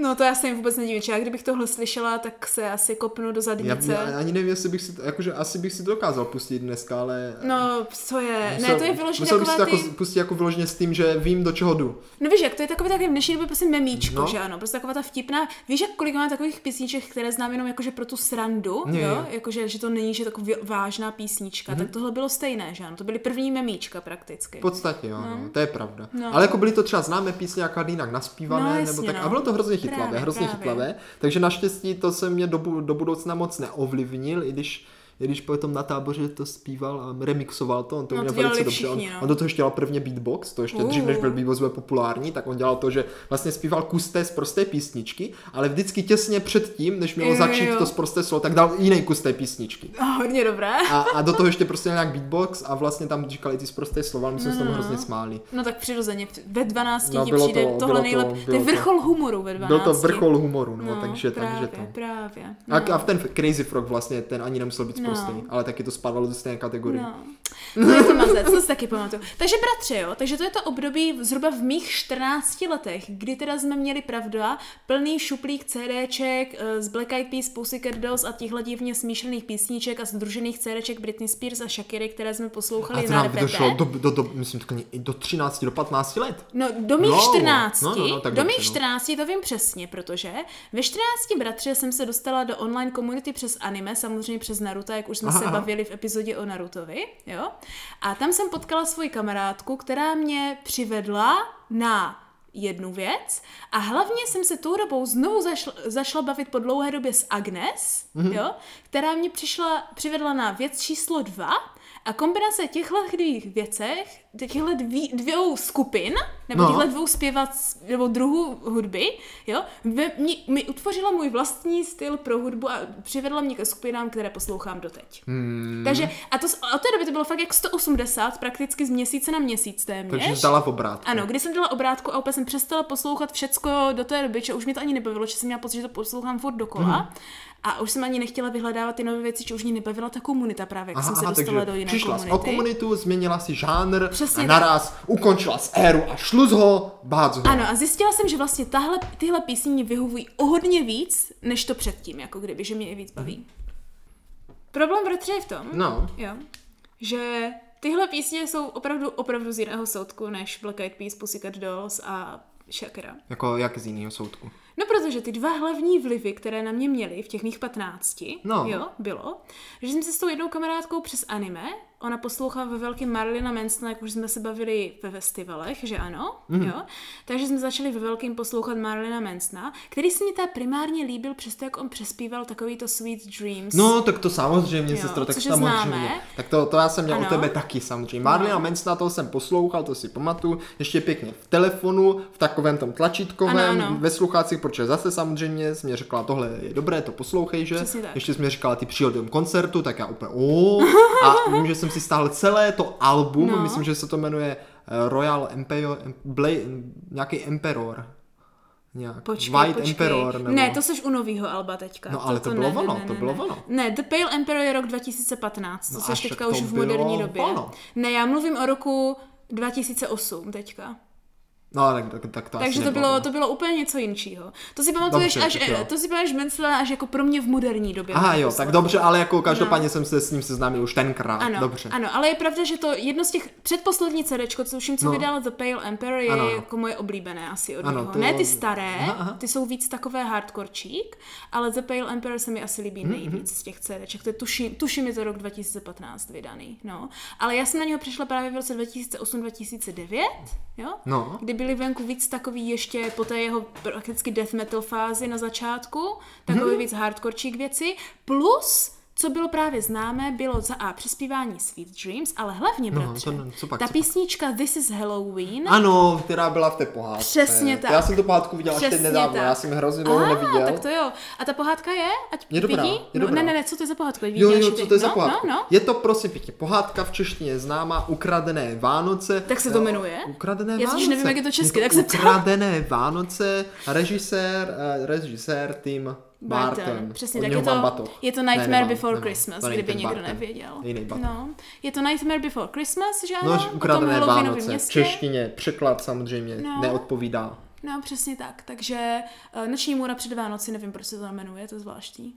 B: No to já se jim vůbec nedivím, že já kdybych tohle slyšela, tak se asi kopnu do
A: Já,
B: zadnice.
A: já ani nevím, jestli bych si to, jakože asi bych si to dokázal pustit dneska, ale...
B: No, co je? ne, to je vyloženě
A: musel bych si
B: takové ty...
A: to jako pustit jako vyloženě s tím, že vím, do čeho jdu.
B: No víš jak, to je takové takové v dnešní době prostě memíčko,
A: No.
B: no. že ano, prostě taková ta vtipná, víš jak kolik máme takových písniček, které znám jenom jakože pro tu srandu,
A: Jo,
B: jo,
A: jo. Mhm.
B: jakože, že to není, že taková vážná písnička, mm-hmm. tak tohle bylo stejné, že ano, to byly první memíčka prakticky.
A: V podstatě, jo, no. to je pravda.
B: No.
A: Ale jako byly to třeba známé písně, jak jinak naspívané,
B: No,
A: nebo
B: jasně,
A: tak.
B: no.
A: A bylo to hrozně chytlavé,
B: Právě,
A: hrozně
B: právě.
A: chytlavé. Takže naštěstí to se mě do, bu- do budoucna moc neovlivnil, i když i když potom na táboře to zpíval a remixoval to, on to
B: No,
A: měl
B: to
A: velice
B: dělali
A: dobře.
B: všichni,
A: on,
B: no.
A: on do toho ještě dělal prvně beatbox, to ještě
B: Uh.
A: dřív, než byl beatbox byl populární, tak on dělal to, že vlastně zpíval kus té z prosté písničky, ale vždycky těsně před tím, než mělo
B: Jo, jo,
A: začít
B: jo.
A: to z prosté slovo, tak dal jiný kus té písničky.
B: A hodně dobré.
A: A, a do toho ještě prostě nějak beatbox a vlastně tam říkali ty prosté slova, my jsme se tam
B: No.
A: hrozně smáli.
B: No tak přirozeně, v- ve 12
A: No,
B: no, ti
A: bylo
B: přijde
A: to-
B: to,
A: bylo
B: tohle
A: to-
B: nejlepší, to
A: bylo
B: je
A: to-
B: vrchol humoru ve 12.
A: Byl to vrchol humoru, no,
B: no,
A: takže,
B: právě,
A: takže to.
B: právě.
A: A, a v ten Crazy Frog vlastně, ten ani nemusel být
B: No.
A: prostý, ale taky to spadalo do stejné kategorie.
B: No. No, je to mazec, to si taky pamatuju. Takže bratře, jo, takže to je to období v- zhruba v mých 14 letech, kdy teda jsme měli pravda, plný šuplík CDček eh, z Black Eyed Peas, Pussycat Dolls a těchhle divně smíšených písniček a združených CDček Britney Spears a Shakiry, které jsme
A: A
B: poslouchali
A: to
B: na
A: nám vydrželo
B: repete.
A: do, do, do, myslím, tak i do 13, do 15 let.
B: No, do mých
A: No,
B: 14,
A: no, no, no, tak
B: do
A: dobře,
B: mých
A: no.
B: 14 to vím přesně, protože ve 14 bratře jsem se dostala do online komunity přes anime, samozřejmě přes Naruto, jak už jsme
A: Aha,
B: se
A: aha.
B: bavili v epizodě o Narutovi, jo. A tam jsem potkala svoji kamarádku, která mě přivedla na jednu věc a hlavně jsem se tou dobou znovu zašla, zašla bavit po dlouhé době s Agnes, mm-hmm. jo, která mě přišla, přivedla na věc číslo dva a kombinace těchto dvých věcech, těchto dví, dvou skupin, nebo
A: No.
B: no. těchto dvou zpěvat, nebo druhů hudby, jo, ve, mě, mi utvořila můj vlastní styl pro hudbu a přivedla mě ke skupinám, které poslouchám doteď.
A: Hmm,
B: Takže, a to z- od té doby to bylo fakt jak 180, prakticky z měsíce na měsíc téměř.
A: takže jsi dala v obrátku.
B: Ano, když jsem dala obrátku a úplně jsem přestala poslouchat všecko do té doby, že už mě to ani nebavilo, že jsem měla pocit, že to poslouchám furt dokola.
A: Mhm.
B: Mm. A už jsem ani nechtěla vyhledávat ty nové věci, že už mě nebavila ta komunita právě, jak jsem se dostala do jiné
A: přišla jsi
B: komunity.
A: o komunitu, změnila si žánr
B: Přesně
A: a
B: tak.
A: naraz ukončila z éru a šlu z ho, bác ho.
B: Ano, a zjistila jsem, že vlastně tahle, tyhle písně mě vyhovují o hodně víc, než to předtím, jako kdyby, že mě je víc baví. Problém bratře je v tom,
A: No.
B: jo, že tyhle písně jsou opravdu, opravdu z jiného soudku než Black Eyed Peas, Pussycat Dolls a Shakira.
A: Jako jak z jiného soudku.
B: No protože ty dva hlavní vlivy, které na mě měly v těch mých 15,
A: No.
B: jo, bylo, že jsem se s tou jednou kamarádkou přes anime, ona poslouchá ve velkém Marlina Mansona, jak už jsme se bavili ve festivalech, že ano,
A: Mhm.
B: mm. jo, takže jsme začali ve velkém poslouchat Marlina Mansona, který se mi ta primárně líbil přes to, jak on přespíval takový to Sweet Dreams.
A: No, tak to samozřejmě,
B: Jo,
A: sestro, tak
B: což je
A: samozřejmě.
B: známé.
A: Tak to, to já jsem měl ano.
B: Ano.
A: o tebe taky samozřejmě. Marlina no. Mansona, toho jsem poslouchal, to si pamatuju, ještě pěkně v telefonu, v takovém tom tlačítkovém,
B: Ano, ano.
A: ve sluchácích, protože zase samozřejmě jsi mě řekla, tohle je dobré, to poslouchej, že?
B: Přesně tak.
A: Ještě jsi mě říkala, ty přijel do koncertu, tak já úplně o. A vím, že jsem si stáhl celé to album,
B: No.
A: myslím, že se to jmenuje eh, Royal Empire, em, Bla- em, nějaký Emperor. Nějak.
B: Počkej,
A: White
B: počkej.
A: Emperor. Nebo...
B: Ne, to seš u novýho Alba teďka.
A: No, ale to bylo ono, to bylo
B: ne.
A: ono.
B: Ne, The Pale Emperor je rok 2015,
A: No,
B: to
A: až
B: seš
A: tak
B: teďka
A: to
B: už v
A: bylo
B: moderní době.
A: ono.
B: Ne, já mluvím o roku 2008 teďka.
A: No, tak, tak, tak to
B: Takže
A: asi
B: to
A: nebylo.
B: bylo, to bylo úplně něco jinčího. To si pamatuješ,
A: Dobře,
B: až,
A: tak jo.
B: to si pamatuješ Mencela až jako pro mě v moderní době.
A: Aha,
B: bych
A: jo,
B: myslela.
A: tak dobře, ale jako každopádně jsem se s ním seznámil už tenkrát.
B: no. Ano,
A: dobře.
B: ano, ale je pravda, že to jedno z těch předposlední CDčko, co všim, co
A: No.
B: no. vydala The Pale Emperor, je
A: Ano, ano.
B: jako moje oblíbené asi od
A: Ano,
B: ano, něho.
A: to-
B: Ne ty staré,
A: Aha, aha.
B: ty jsou víc takové hardkorčík, ale The Pale Emperor se mi asi líbí
A: Mm-hmm.
B: nejvíc z těch CDček. To je tuším, tuším je to rok 2015 vydaný, no. Ale já jsem na něho přišla právě v roce 2008-2009, jo?
A: No.
B: Kdy byly venku víc takový ještě po té jeho prakticky death metal fázi na začátku, takový
A: Mm-hmm.
B: víc hardkorčík věci, plus co bylo právě známé, bylo za A přespívání Sweet Dreams, ale hlavně, bratře,
A: No, to- co pak,
B: ta
A: co pak?
B: písnička This is Halloween,
A: Ano, která byla v té pohádce.
B: Přesně tak.
A: Já jsem tu pohádku viděl až teď
B: Přesně
A: nedávno,
B: tak.
A: já jsem ji hrozně dlouho No, neviděl.
B: tak to jo. A ta pohádka je? Ať
A: Je dobrá,
B: vidí?
A: je
B: no,
A: dobrá.
B: Ne, ne, ne, co to je za pohádku? Ať vidí
A: Jo,
B: až
A: jo,
B: ty.
A: co to je za
B: no,
A: pohádku?
B: No, no.
A: Je to prosím pěkně, pohádka v češtině je známá, Ukradené Vánoce.
B: Tak se to
A: Eh,
B: jmenuje?
A: Ukradené
B: Já totiž
A: Vánoce. Jako
B: nevím, jak je to česky, tak se ptám.
A: Ukradené Vánoce, režisér, eh, režisér Tim Barton.
B: Přesně
A: Od
B: tak.
A: něho
B: Je
A: mám
B: to,
A: batoh.
B: je to
A: Ne,
B: Nightmare
A: nemám,
B: Before
A: nemám.
B: Christmas,
A: To není
B: kdyby
A: Tim
B: někdo
A: Burton.
B: nevěděl.
A: Jiný Barton.
B: No, je to Nightmare Before Christmas, že ano?
A: No,
B: O
A: že
B: tom
A: Ukradené
B: Halloweenovém
A: Vánoce, v
B: městě.
A: češtině, překlad samozřejmě
B: No.
A: neodpovídá.
B: No, přesně tak. Takže eh, Noční můra před Vánoci, nevím, proč se to jmenuje, to je zvláštní.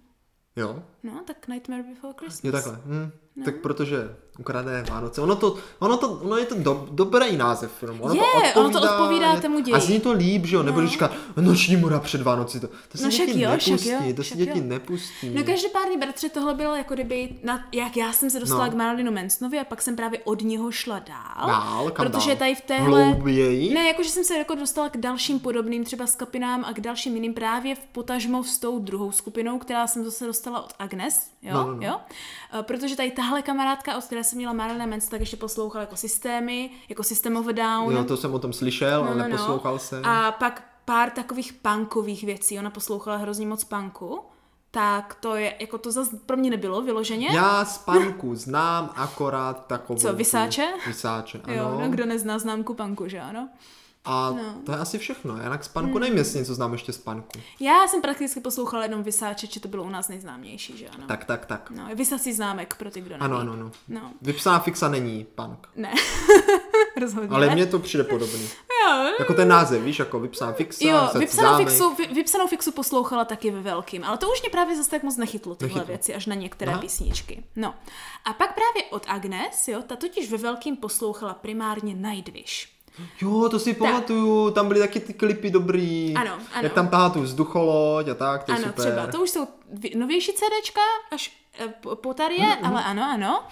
A: Jo?
B: No, tak Nightmare Before Christmas.
A: Jo, takhle. Hm.
B: No.
A: Tak protože ukradené Vánoce. Ono, to, ono, to, ono je to do, dobrý název filmu. Ono to
B: Je,
A: odpovídá,
B: ono to odpovídá tomu
A: A
B: ději.
A: zní to líp, že jo? Nebo když říká noční mura před Vánoci. To, to si
B: No však
A: děti
B: jo, však
A: nepustí.
B: jo,
A: to si
B: však
A: děti
B: jo.
A: nepustí.
B: No každopádně, bratře, tohle bylo jako kdyby, na, jak já jsem se dostala
A: No.
B: no. k Marilinu Mansonovi a pak jsem právě od něho šla dál.
A: Dál? Kam
B: protože
A: dál?
B: tady v téhle...
A: Hlouběji?
B: Ne, jakože jsem se jako dostala k dalším podobným třeba skapinám a k dalším jiným právě v potažmo s tou druhou skupinou, která jsem zase dostala od Agnes, jo,
A: No, no, no.
B: jo. E, Protože tady tahle kamarádka, od které jsem měla Marilyn Manson, tak ještě poslouchala jako systémy, jako System of a Down.
A: Jo, to jsem o tom slyšel, ale
B: No, no, no.
A: neposlouchal jsem.
B: A pak pár takových punkových věcí. Ona poslouchala hrozně moc punku. Tak to je, jako to zase pro mě nebylo vyloženě.
A: Já z panku znám akorát takovou...
B: Co,
A: tu-
B: Vysáče?
A: Vysáče, ano.
B: jo, no, kdo no. nezná známku punku, že ano?
A: A to je asi všechno. Já jinak z
B: Hmm.
A: panku nevím, jestli něco znám ještě z panku.
B: Já jsem prakticky poslouchala jenom Vysáče, či to bylo u nás nejznámější, že ano?
A: Tak, tak, tak.
B: No, vysací známek pro ty, kdo neví.
A: Ano, ano, no.
B: No, <laughs>
A: Vypsaná fixa není punk.
B: ne. Rozhodně
A: Ale
B: ne.
A: mně to přijde podobný.
B: Jo,
A: Jako ten název, víš, jako vypsán fixa,
B: Jo,
A: set
B: vypsanou
A: zámek.
B: fixu, vy, vypsanou fixu poslouchala taky ve velkým, ale to už mě právě zase tak moc nechytlo tyhle
A: Nechytlo.
B: nechytlo. věci, až na některé
A: Aha.
B: Aha. písničky. No. A pak právě od Agnes, jo, ta totiž ve velkým poslouchala primárně Nightwish.
A: Jo, to si pamatuju, tam byly taky ty klipy dobrý.
B: Ano, ano.
A: Jak tam tahá tu vzducholoď a tak, to je
B: ano,
A: super.
B: třeba, to už jsou dvě- novější CDčka, až eh, po- po tady je, ale ano, ano.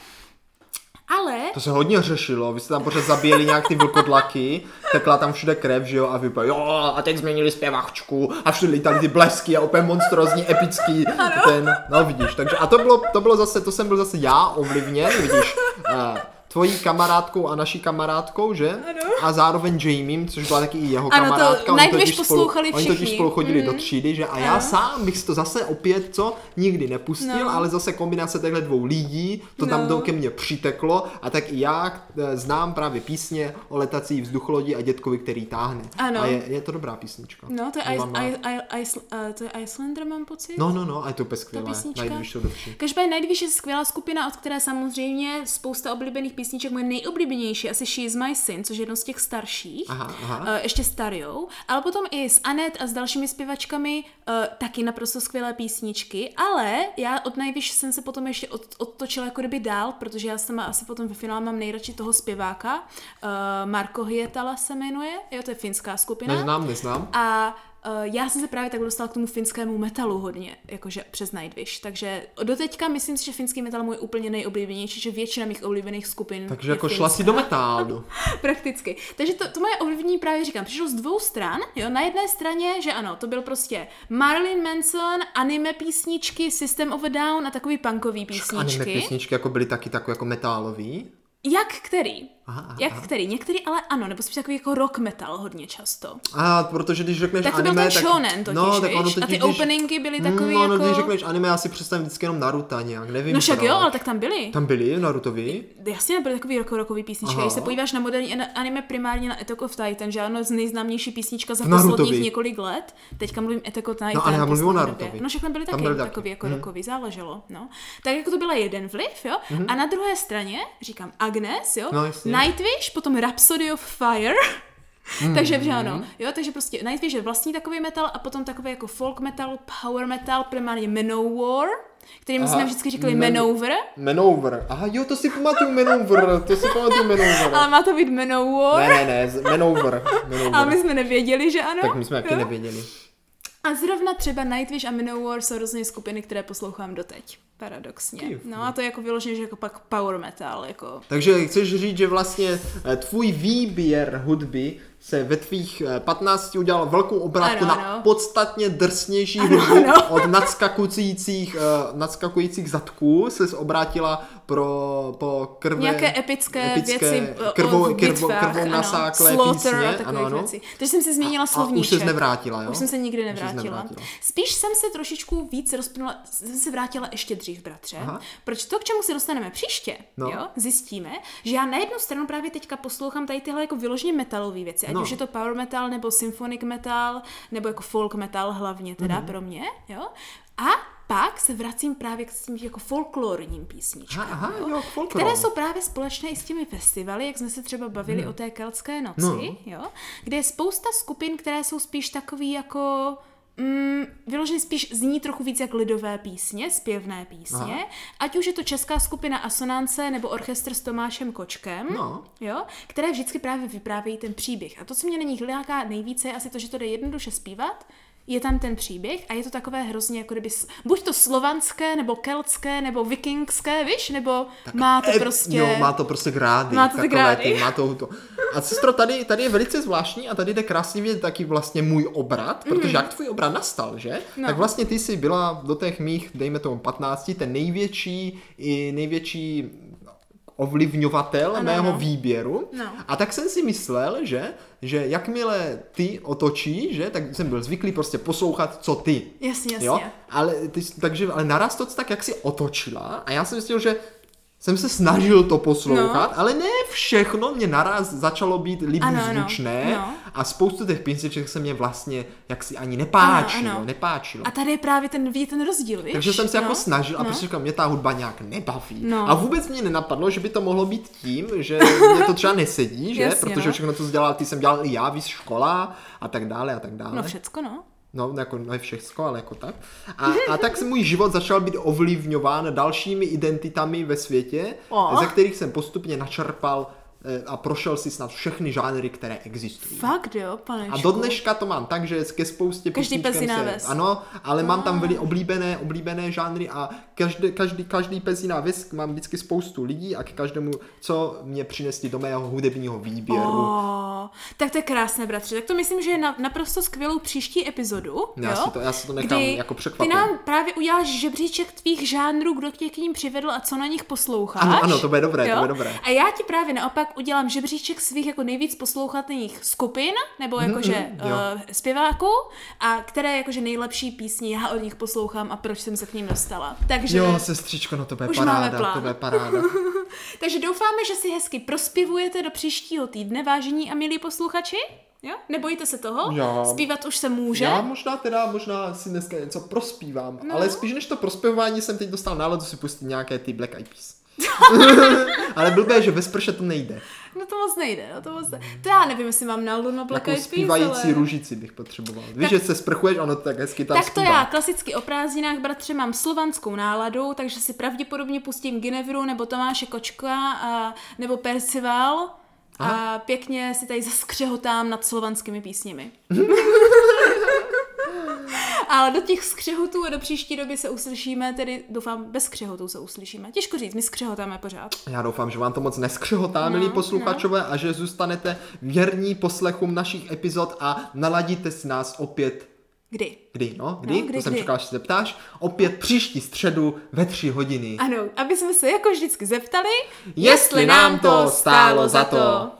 B: Ale
A: Mm-hmm, To se hodně řešilo, vy jste tam pořád zabíjeli nějak ty vlkodlaky, tekla tam všude krev, že jo, a vypadá, jo, a teď změnili zpěvačku a všude lítali ty blesky a úplně monstrozní, epický ten, no vidíš, takže a to bylo, to bylo zase, to jsem byl zase já ovlivněn, vidíš, a, tvojí kamarádkou a naší kamarádkou, že? Ano. A zároveň Jamiem, což byla taky i jeho
B: Ano, to
A: kamarádka. oni
B: Nightwish
A: totiž spolu,
B: poslouchali
A: Oni totiž
B: všichni. Mhm.
A: spolu chodili do třídy, že? A já sám bych si to zase opět, co, nikdy nepustil,
B: No.
A: ale zase kombinace těchto dvou lidí, to tam
B: No.
A: do, ke mně přiteklo a tak i já eh, znám právě písně o letací vzducholodi a dětkovi, který táhne.
B: Ano.
A: A je, je to dobrá písnička.
B: No, to je,
A: Mám rád.
B: I, I, I, Isl- eh, to je Icelander, mám pocit.
A: No, no, no, a je to úplně skvělé.
B: písnička.
A: Najdeš to dobře.
B: Každopádně Nightwish je skvělá skupina, od které samozřejmě spousta oblíbených písniček. Moje nejoblíbenější asi She is my sin, což je jedno z těch starších.
A: Aha, aha.
B: Eh, ještě starou, ale potom i s Anet a s dalšími zpěvačkami eh, taky naprosto skvělé písničky, ale já od Nightwish jsem se potom ještě od, odtočila jako kdyby dál, protože já sama asi potom ve finále mám nejradši toho zpěváka, eh, Marko Hietala se jmenuje, jo, to je finská skupina.
A: Neznám, neznám.
B: A eh, já jsem se právě tak dostala k tomu finskému metalu hodně, jakože přes Nightwish. Takže doteďka myslím si, že finský metal je můj úplně nejoblíbenější, že většina mých oblíbených skupin.
A: Takže
B: je
A: jako šla
B: finská.
A: si do metálu.
B: <laughs> Prakticky. Takže to, to moje ovlivnění právě říkám, přišlo z dvou stran. Jo? Na jedné straně, že ano, to byl prostě Marilyn Manson, anime písničky, System of a Down a takový punkový
A: A ne,
B: písničky.
A: písničky jako byly taky takové jako metálový.
B: Jak který?
A: Aha, aha,
B: Jak
A: aha.
B: který? Některý ale ano, nebo spíš takový jako rock metal hodně často.
A: A protože když řekneš
B: Tak to byl
A: anime,
B: ten
A: tak...
B: shonen totiž,
A: no, tak
B: víš?
A: ono
B: a ty
A: totiž, když-
B: openingy byly takový
A: no,
B: jako...
A: no, když řekneš anime, já si představím vždycky jenom Naruta nějak, nevím
B: no však
A: proč.
B: jo, ale tak tam byly.
A: Tam byli Narutovi?
B: Jasně, byly takový roko, rokový písničky.
A: Aha.
B: Když se podíváš na moderní an- anime primárně na Attack of Titan, že ano, z nejznámější písnička za
A: V Narutovi.
B: posledních několik let. Teďka mluvím Attack of Titan.
A: No, ale já mluvím o
B: poslední
A: Narutovi.
B: době. No, všechno byly
A: Tam
B: taky
A: byly
B: byly
A: taky. Mhm.
B: takový jako rokový, záleželo. No. Tak jako to byla jeden vliv, jo. A na druhé straně, říkám Agnes, jo,
A: Mhm. No, jasně. Hmm.
B: Nightwish, potom Rhapsody of Fire. takže že ano, jo, takže prostě Nightwish je vlastní takový metal a potom takový jako folk metal, power metal, primárně Manowar, který my
A: Aha,
B: jsme vždycky říkali
A: Man-
B: Manover,
A: Manover. Aha, jo, to si pamatuju Manover, to si pamatuju Manover.
B: ale má to být Manowar,
A: Ne, ne, ne, z- Manover.
B: a my
A: Manover.
B: jsme nevěděli, že ano.
A: Tak my jsme taky
B: jo.
A: nevěděli.
B: A zrovna třeba Nightwish a Manowar jsou rozhodně skupiny, které poslouchám doteď. Paradoxně.
A: Ty
B: No a to je jako vyloženě, že jako pak power metal, jako
A: Takže chceš říct, že vlastně eh, tvůj výběr hudby se ve tvých eh, 15 udělal velkou obrátku
B: Ano,
A: na
B: ano.
A: podstatně drsnější
B: Ano,
A: hudbu
B: ano.
A: od nadskakujících, eh, nadskakujících zadků se obrátila pro, po krve,
B: nějaké epické, věci eh, o-
A: krvou,
B: o
A: krvou,
B: bitvách,
A: krvou
B: ano.
A: nasáklé
B: Slaughter
A: písně,
B: a takových
A: ano, ano.
B: věcí. Takže jsem se změnila
A: A už
B: slovníček.
A: se nevrátila, jo?
B: Už jsem se nikdy
A: Už ses
B: nevrátila.
A: nevrátila.
B: Spíš jsem se trošičku víc rozplynula, jsem se vrátila ještě dřív, bratře.
A: Aha.
B: Proč to, k čemu se dostaneme příště,
A: No.
B: jo, zjistíme, že já na jednu stranu právě teďka poslouchám tady tyhle jako vyloženě metalové věci, ať
A: No.
B: už je to power metal, nebo symphonic metal, nebo jako folk metal hlavně teda
A: Mhm.
B: mm-hmm. pro mě, jo. A pak se vracím právě k tím jako folklorním písničkám.
A: Aha, aha, jo, k folklóru.
B: které jsou právě společné i s těmi festivaly, jak jsme se třeba bavili hmm. o té keltské noci,
A: Mhm. No.
B: no. jo, kde je spousta skupin, které jsou spíš takový jako mm, vyloženě spíš zní trochu víc jak lidové písně, zpěvné písně,
A: Aha.
B: Aha. ať už je to česká skupina Asonance nebo orchestr s Tomášem Kočkem,
A: No.
B: jo, které vždycky právě vyprávějí ten příběh. A to, co mě na nich láká nejvíce, je asi to, že to jde jednoduše zpívat, je tam ten příběh a je to takové hrozně jako kdyby, s- buď to slovanské, nebo keltské, nebo vikingské, víš, nebo tak má to
A: E,
B: prostě...
A: Jo, má to prostě grády.
B: Má to ty
A: takové
B: grády.
A: Ty, má to, to. A sestro, tady, tady je velice zvláštní a tady jde krásně vidět taky vlastně můj obrat, protože jak tvůj obrat nastal, že? No.
B: Mhm. No.
A: Tak vlastně ty jsi byla do těch mých, dejme tomu 15, ten největší i největší ovlivňovatel ano,
B: Ano,
A: mého
B: ano.
A: výběru.
B: No.
A: A tak jsem si myslel, že, že jakmile ty otočí, že, tak jsem byl zvyklý prostě poslouchat, co ty.
B: Jasně, jasně.
A: Jo? Ale, ty, takže, ale naraz to tak, jak si otočila a já jsem zjistil, že jsem se snažil to poslouchat, no. ale ne všechno mě naraz začalo být
B: Ano, ano.
A: líbivzvučné
B: No.
A: a spoustu těch písniček se mě vlastně jaksi ani nepáčilo,
B: Ano, ano.
A: nepáčilo.
B: A tady je právě ten, vidíte ten rozdíl, víš?
A: Takže jsem se
B: no?
A: jako snažil a
B: no.
A: prostě říkal, mě ta hudba nějak nebaví.
B: No.
A: A vůbec mě nenapadlo, že by to mohlo být tím,
B: <laughs>
A: že mě to třeba nesedí, že?
B: Jasně,
A: Protože
B: no.
A: všechno, co jsi dělal, ty jsem dělal i já, víc škola a tak dále a tak dále.
B: No všecko, no.
A: No, jako ne všechno, ale jako tak. A, a tak se můj život začal být ovlivňován dalšími identitami ve světě,
B: O.
A: ze kterých jsem postupně načerpal eh, a prošel si snad všechny žánry, které existují.
B: Fakt jo, panečku.
A: A do dneška to mám tak, že ke spoustě
B: Každý Ah.
A: písničkem
B: pes jiná
A: se,
B: ves.
A: Ano, ale mám tam byly oblíbené, oblíbené žánry a každý, každý, každý pes jiná ves, mám vždycky spoustu lidí a k každému, co mě přinesli do mého hudebního výběru.
B: Oh, tak to je krásné, bratře. Tak to myslím, že je na, naprosto skvělou příští epizodu.
A: Já
B: jo?
A: si to- já si to nechám
B: kdy
A: jako překvapit.
B: Ty nám právě uděláš žebříček tvých žánrů, kdo tě k ním přivedl a co na nich posloucháš.
A: Ano, ano, to bude dobré, to bude dobré.
B: A já ti právě naopak udělám žebříček svých jako nejvíc poslouchaných skupin, nebo jakože
A: mm,
B: mm,
A: jo.
B: uh, zpěváků, a které jakože nejlepší písně já od nich poslouchám a proč jsem se k ním dostala. Takže
A: Jo, sestřičko, no to bude
B: Už máme
A: paráda,
B: plán.
A: to bude
B: <laughs>
A: paráda.
B: Takže doufáme, že si hezky prospěvujete do příštího týdne, vážení a milí posluchači. Jo? Nebojte se toho?
A: Já-
B: Zpívat už se může.
A: Já možná teda, možná si dneska něco prospívám, no. ale spíš než to prospěvání jsem teď dostal náladu si pustit nějaké ty Black Eyed
B: <laughs>
A: Peas. ale blbé, že bez prše to nejde.
B: No to moc nejde, no to moc ne... To já nevím, jestli mám náladu na Black
A: Takovou
B: Eyed Peas,
A: Jako zpívající
B: ale...
A: růžici bych potřeboval. Víš, že se sprchuješ, ono to tak hezky tam
B: Tak to
A: zpívá.
B: já klasicky o prázdninách, bratře, mám slovanskou náladu, takže si pravděpodobně pustím Ginevru nebo Tomáše Kočka a, nebo Percival a pěkně si tady zaskřehotám nad
A: <laughs>
B: slovanskými písněmi. Ale do těch skřehotů a do příští doby se uslyšíme, tedy doufám, bez skřehotů se uslyšíme. Těžko říct, my skřehotáme pořád.
A: Já doufám, že vám to moc neskřehotá, no, milí posluchačové, a že zůstanete věrní poslechům našich epizod a naladíte si nás opět
B: Kdy?
A: Kdy, no? Kdy?
B: No, kdy,
A: to jsem
B: kdy?
A: čekal, až se zeptáš. Opět příští středu ve tři hodiny.
B: Ano, aby jsme se jako vždycky zeptali,
A: Jestli nám to stálo za to.